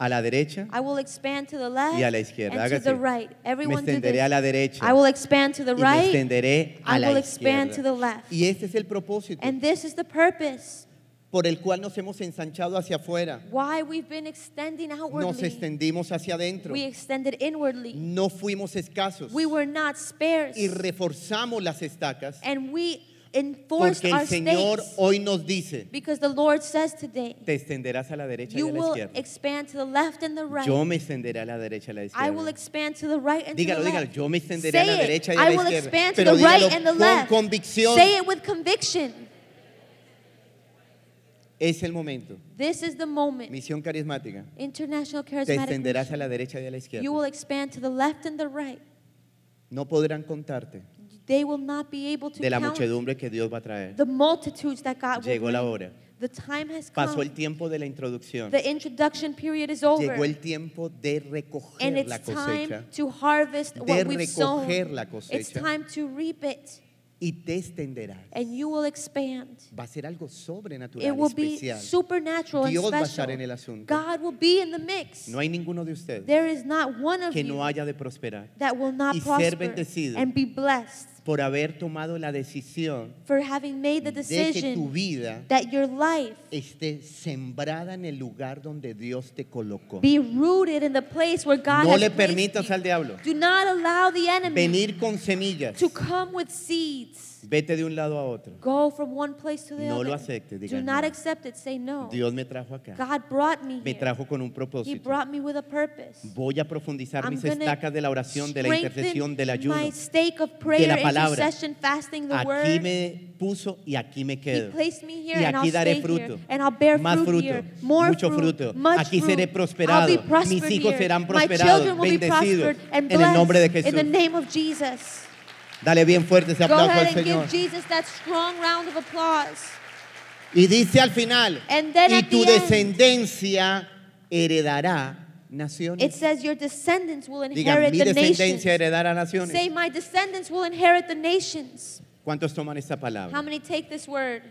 a la derecha I will expand to the left y a la izquierda. and to the Hágase. right. Me Everyone do extenderé a this. la derecha I will expand to the y me right extenderé a I will la expand to the izquierda. left. Y este es el propósito And this is the purpose por el cual nos hemos ensanchado hacia afuera. why we've been extending Nos outwardly. extendimos hacia adentro. We extended inwardly. No fuimos escasos We were not spares. y reforzamos las estacas And we enforced porque our el Señor stakes. hoy nos dice, Because the Lord says today, te extenderás a la derecha y you a la will izquierda. expand to the left and the right. Yo me extenderé a la derecha y a la I will izquierda. expand to the right and to Dígalo, the dígalo, left. yo me extenderé Say a la it. derecha y a I la will izquierda. expand to Pero the right dígalo and the con left. convicción. Say it with conviction. Es el momento. This is the moment. Misión carismática. International Te Charismatic extenderás a Mission. la derecha y a la You will izquierda. expand to the left and the right. No podrán contarte They will not be able to de la count muchedumbre que Dios va a traer. the multitudes that God will Llegó la bring. hora. The time has come. Pasó el tiempo de la introducción. The introduction period is over. Llegó el tiempo de and recoger it's la time cosecha. to harvest de what we've sown. recoger la It's cosecha. time to reap it. y te extenderás. and you will expand. Va a ser algo sobrenatural, It will be especial. supernatural Dios va a and estar en el special. asunto. God will be in the mix. No hay ninguno de ustedes There is not one of que you no haya de prosperar that will not y ser prosper bendecido. and be blessed por haber tomado la decisión for having made the de que tu decision vida that your life esté sembrada en el lugar donde Dios te colocó. be rooted in the place where God No has le placed permitas you. al diablo Do not allow the enemy venir con semillas. to come with seeds. Vete de un lado a otro. Go from one place to the No other. lo acepte, diga Do not no. accept it. Say no. Dios me trajo acá. God brought me Me here. trajo con un He propósito. brought me with a purpose. Voy a profundizar I'm mis gonna estacas de la oración, de la strengthen intercesión, del ayuno. My stake of prayer, palabra. intercession, fasting, the Aquí word. me puso y aquí me He quedo. placed me here Y and aquí I'll daré stay fruto. here, and I'll bear Más fruit fruto, here, more mucho fruit, fruto. much Aquí fruit. seré I'll be prosperado. prospered Mis hijos here. serán My prosperados, children will be bendecidos prospered and en el nombre de blessed In the Jesús. name of Jesus. Dale bien fuerte ese Go aplauso ahead al and Señor. give Jesus that strong round of applause. Y dice al final, And then y at tu the end. descendencia heredará It naciones. says your descendants will Digan, inherit mi the nations. descendencia heredará naciones. Say my descendants will inherit the nations. ¿Cuántos toman esta How palabra? many take this word?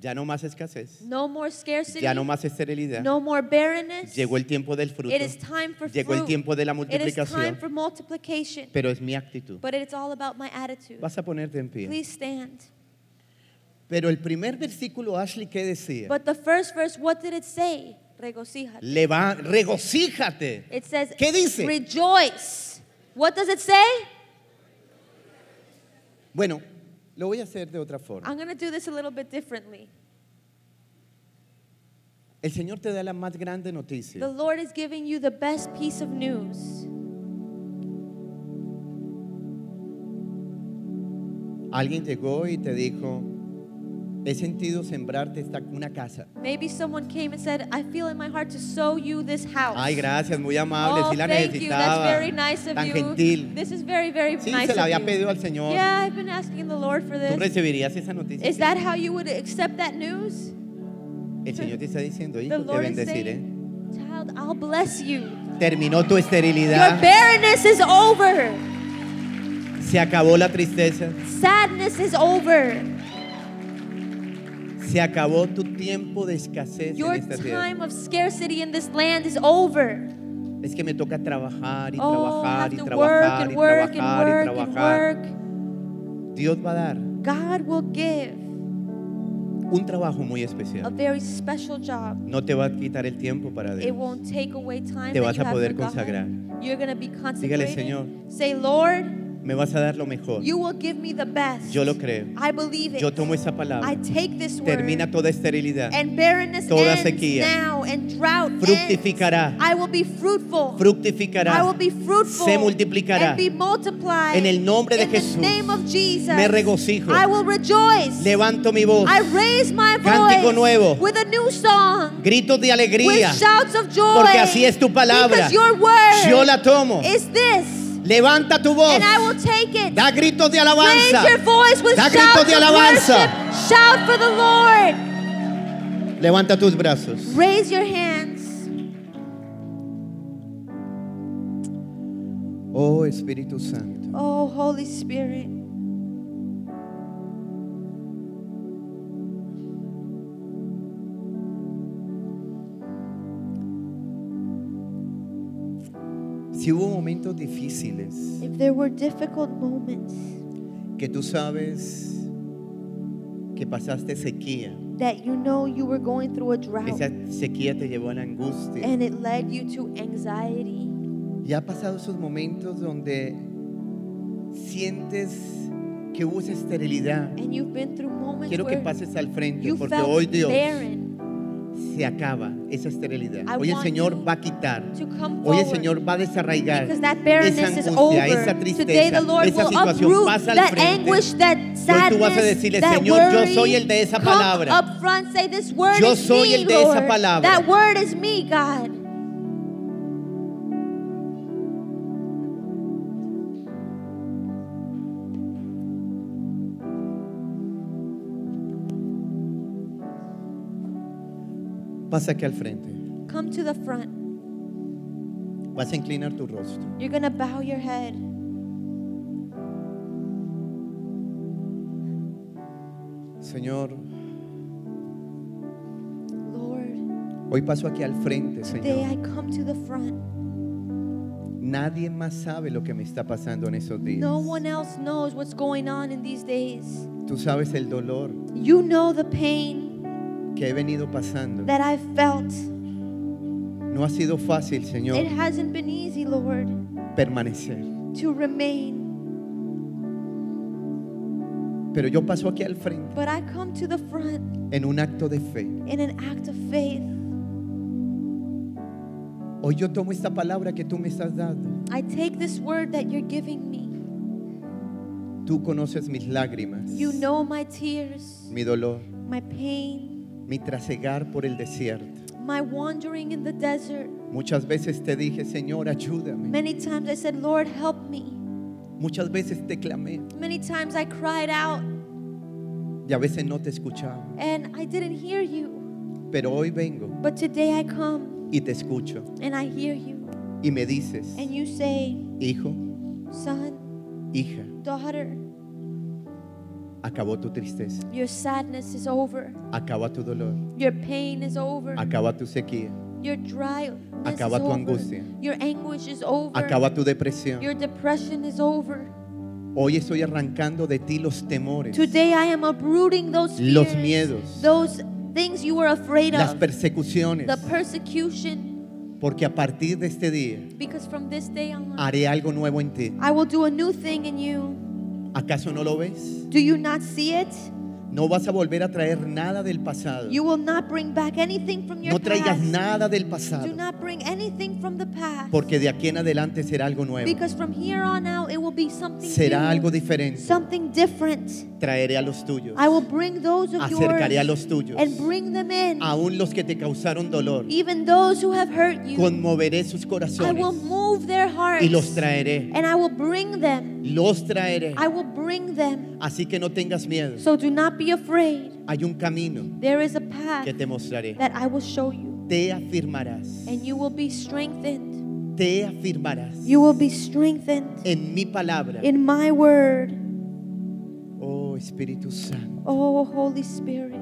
Ya no más escasez, No more scarcity. ya no más esterilidad. no more barrenness. Llegó el tiempo del fruto, It is time for llegó el fruit. tiempo de la It is time multiplicación, for multiplication. pero es mi actitud. But it's all about my attitude. Vas a ponerte en pie. Please stand. Pero el primer versículo, Ashley, ¿qué decía? But the first verse, what did it say? Regocija. Le va, regocíjate. It says, ¿Qué dice? rejoice. What does it say? Bueno, lo voy a hacer de otra forma. I'm going to do this a little bit differently. El Señor te da la más grande The noticia. Lord is giving you the best piece of news. Alguien llegó y te dijo, he sentido sembrarte esta, una casa. Maybe someone came and said, I feel in my heart to sow you this house. Ay, gracias, muy amable, Oh, sí la thank you. That's necesitaba. very nice of Tan you. gentil. This is very, very Sí, nice se la of había you. pedido al Señor. Yeah, I've been asking the Lord for Tú this. recibirías esa noticia. Is that how you would accept that news? El Señor te está diciendo, The hijo, te Lord is bendeciré. saying, child, I'll bless you. Terminó tu Your esterilidad, barrenness is over. se acabó la tristeza, Sadness is over. se acabó tu tiempo de escasez en Your esta tierra. time of scarcity in this land is over. Es que me toca trabajar y Oh, I trabajar have y to work trabajar and y work and trabajar y work and trabajar. work. Dios va a dar God will give un trabajo muy a especial. very special job. No te va a quitar el tiempo para It Dios. won't take away time Te that vas you a have poder for God. consagrar. You're going to be consecrated. Señor. Say, Lord, Me vas a dar lo mejor. you will give me the best. Yo lo creo. I believe it. Yo tomo esa I palabra. take this word. Termina toda esterilidad. and barrenness toda ends sequía. now and drought ends. Fructificará. I will be fruitful. I Fructificará. will be fruitful. Se multiplicará. And be multiplied. En el nombre de In Jesús. The name of Jesus. Me regocijo. I will rejoice. Levanto mi voz. I raise my voice. Cántico nuevo. With a new song. Gritos de alegría. With shouts of joy. Porque así es tu palabra. Because your word. Yo la tomo. Is this. Levanta tu voz. And I will take it. Da gritos de Raise alabanza. your voice with Da shouts gritos de of alabanza. worship. Shout for the Lord. Levanta tus brazos. Raise your hands. Oh Espíritu Santo. Oh, Holy Spirit. Si hubo momentos difíciles If there were difficult moments que tú sabes que pasaste sequía, that you know you were going through a drought esa sequía te llevó a la angustia. and it led you to anxiety, Y ha pasado esos momentos donde sientes que hubo esa esterilidad. and you've been through moments Quiero que where pases al frente you porque felt hoy Dios barren, se acaba esa esterilidad. I Hoy el want Señor you va a quitar. to come Hoy el forward. Señor va a desarraigar because that esa barrenness is angustia, over. esa Today tristeza, the Lord esa will situación. uproot Pasa al that frente. anguish, that Hoy tú vas a sadness, decirle, that "Señor, yo worry." soy el de esa palabra. Come up front, say, this word Yo is soy me, el de esa Lord. palabra." That word is me, God. Pasa aquí al frente. Come to the front. Vas a inclinar tu rostro. You're going to bow your head. Señor. Lord, Hoy paso aquí al frente, today I Señor. come to the front. Nadie más sabe lo que me está pasando en esos días. No one else knows what's going on in these days. Tú sabes el dolor You know the pain que he venido pasando. that I felt. No ha sido fácil, It Señor, hasn't been easy, Lord, permanecer. to remain. Pero yo paso aquí al frente But I come to the front en un acto de fe. in an act of faith. Hoy yo tomo esta palabra que tú me estás dando. I take this word that you're giving me. Tú conoces mis lágrimas, You know my tears, mi dolor, my pain, mi trasegar por el desierto. my wandering in the desert. Muchas veces te dije, Señor, ayúdame. Many times I said, Lord, help me. Muchas veces te clamé Many times I cried out y a veces no te escuchaba. and I didn't hear you. Pero hoy vengo But today I come y te escucho and I hear you. y me dices, And you say, hijo, Son, hija, daughter, acabó tu tristeza, your sadness is over. acaba tu dolor, Your pain is over. acaba tu sequía, Your dryness Acaba is tu over. angustia. Your anguish is over. acaba tu depresión. Your depression is over. Hoy estoy arrancando de ti los temores, Today I am uprooting those fears, Los miedos. those things you were afraid las of, persecuciones, the persecution, porque a partir de este día because from this day on, haré algo nuevo en ti. I will do a new thing in you. ¿Acaso no lo ves? Do you not see it? No vas a volver a traer nada del pasado. You will not bring back anything from your No traigas past. nada del Do pasado, not bring anything from the past. porque de aquí en adelante será algo nuevo. because from here on out, it will be something Será new, algo diferente. something different. Traeré a los tuyos, I will bring those of Acercaré a yours los tuyos. Ah. and bring them in, aún los que te causaron dolor. even those who have hurt you. Conmoveré sus I corazones will move their hearts y los traeré. and I will bring them. Los traeré. I will bring them. Así que no tengas miedo. So do not be afraid. Hay un camino There is a path que te mostraré. that I will show you, Te afirmarás. and you will be strengthened. Te afirmarás. You will be strengthened En mi palabra. in my word. Oh Espíritu Santo. Oh, Holy Spirit.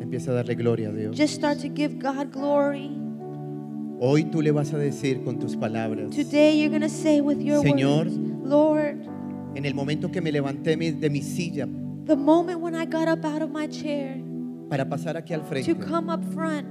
Empieza a darle gloria a Dios. Just start to give God glory. Hoy tú le vas a decir con tus palabras. Today you're going to say with your Señor. words, Lord, En el momento que me levanté mi- de mi silla the moment when I got up out of my chair para pasar aquí al to frente, come up front,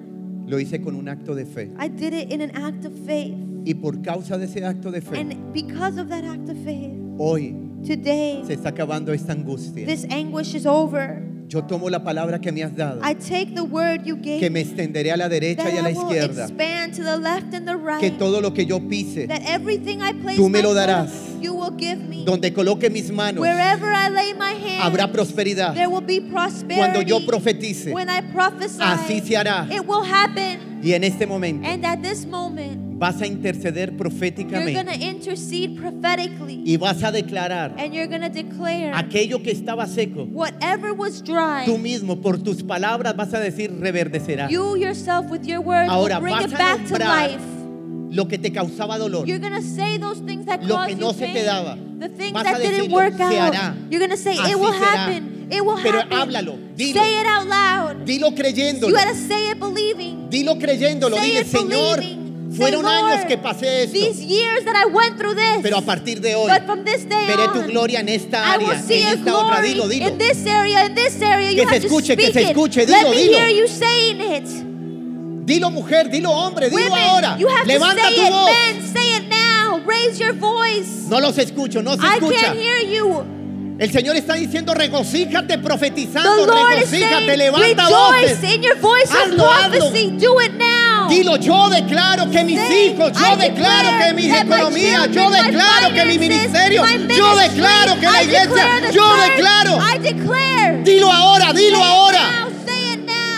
lo hice con un acto de fe. I did it in an act of faith. Y por causa de ese acto de fe, And because of that act of faith, hoy today se está acabando esta angustia. this anguish is over. Yo tomo la palabra que me has dado, I take the word you que gave me me extenderé a la derecha that y a I la will izquierda, expand to the left and the que right. todo lo que yo pise, That everything I place Tú me my lo foot on, darás. you will give me. donde coloque mis manos, Wherever I lay my hand, habrá prosperidad. there will be prosperity. Cuando yo profetice, When I prophesy, así se hará. it will happen. Y en este momento And at this moment, vas a interceder you're going proféticamente to intercede prophetically y vas a declarar and you're going to declare aquello que estaba seco. whatever was dry, Tú mismo, por tus palabras, vas a decir reverdecerá. you yourself with your words Ahora will bring vas it a back to nombrar life. lo que te causaba dolor. You're going to say those things that Lo caused que no you se te pain, daba. the things Vas that a didn't decirlo, work "Se out. hará. You're going to say, Así it will será." happen. It will Pero happen. háblalo, dilo. Say it out loud. Dilo You creyéndolo. got to say it believing. Dilo creyéndolo. Say Dile, it Señor, believing. Say, fueron años "Lord, que pasé These esto. years that I went through this, Pero a partir de hoy, but from this day veré tu on, gloria en esta I will área, see en your esta otra. glory Dilo, dilo. in this area, in this area. Que you se have escuche, to que speak se escuche, it. Let dilo, me dilo. hear you saying it. Dilo, mujer, dilo, hombre, dilo Women, ahora. you have Levanta to tu say it. voz. Men, say it now. Raise your voice. No los escucho, no se I escucha. can't hear you. El Señor está diciendo, regocíjate The profetizando, Lord is regocíjate, saying, levanta rejoice voces. in your voice of Hazlo, hazlo. prophecy. Do it now. Dilo, yo declaro que mis Say, hijos, I yo declaro declare que mis that my economías, yo children, my declaro que mi finances, ministerio, my yo ministry, declaro que la I declare iglesia, the yo church, declaro. I declare. Dilo ahora, dilo Say it ahora. now, Say it now.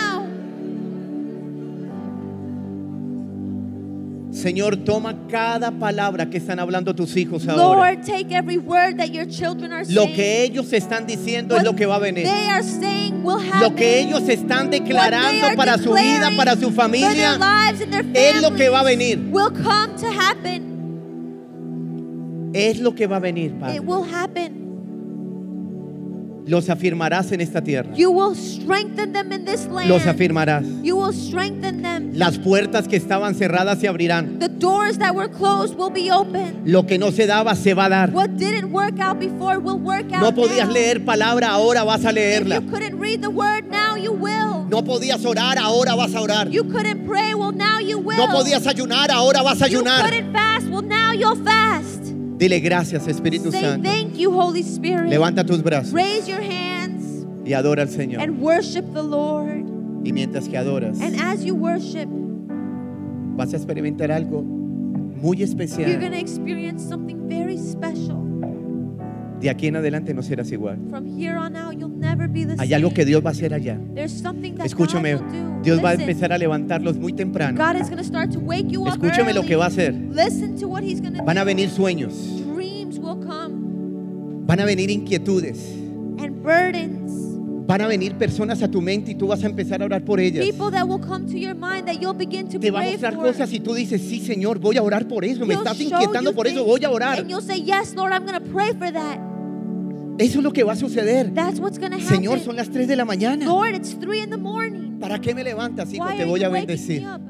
Señor, toma cada palabra que están hablando tus hijos ahora. Lord, take every word that your children are Lo saying. que ellos están diciendo What es lo que va a venir. They are saying will happen. Lo que ellos están What they declarando are para su vida, declaring para su for their familia, lives and their es lo que va a families venir. Will come to happen. es lo que va a venir, Padre. It will happen. Los afirmarás en esta tierra. You will strengthen them in this land. Los afirmarás. You will strengthen them. Las puertas que estaban cerradas se abrirán. The doors that were closed will be open. Lo que no se daba se va a dar. What didn't work out before will work out No podías now. leer palabra, ahora vas a If you leerla. couldn't read the word, now you will. No podías orar, ahora vas a orar. You couldn't pray, well now you will. No podías ayunar, ahora vas a you ayunar. couldn't fast, well now you'll fast. Dile gracias, Espíritu Say Santo. thank you, Holy Spirit. Levanta tus brazos Raise your hands y adora al Señor. and worship the Lord. Y mientras que adoras, And as you worship, vas a experimentar algo muy you're going especial. to experience something very special. De aquí en adelante no serás igual. From here on out, you'll never be the Hay same. algo que Dios va a hacer allá. There's something that Escúchame, God will do. Dios va a Listen, empezar a levantarlos muy temprano. God is going to start to wake you up Escúchame lo early. que va a hacer. Listen to what he's going to Van do. a venir sueños, Dreams will come van a venir inquietudes, and burdens. van a venir personas a tu mente y tú vas a empezar a orar por ellas. People that will come to your mind that you'll begin to Te va a pray mostrar for. cosas y tú dices, sí Señor, voy a orar por eso, me He'll estás show inquietando you por eso, things, voy a orar. And you'll say, "Yes, Lord, I'm going to pray for that." Eso es lo que va a suceder. That's what's going to happen. Señor, son las 3 de la mañana. Lord, it's three in the morning. ¿Para qué me levantas, hijo? Why Te are voy you a waking bendecir. me up?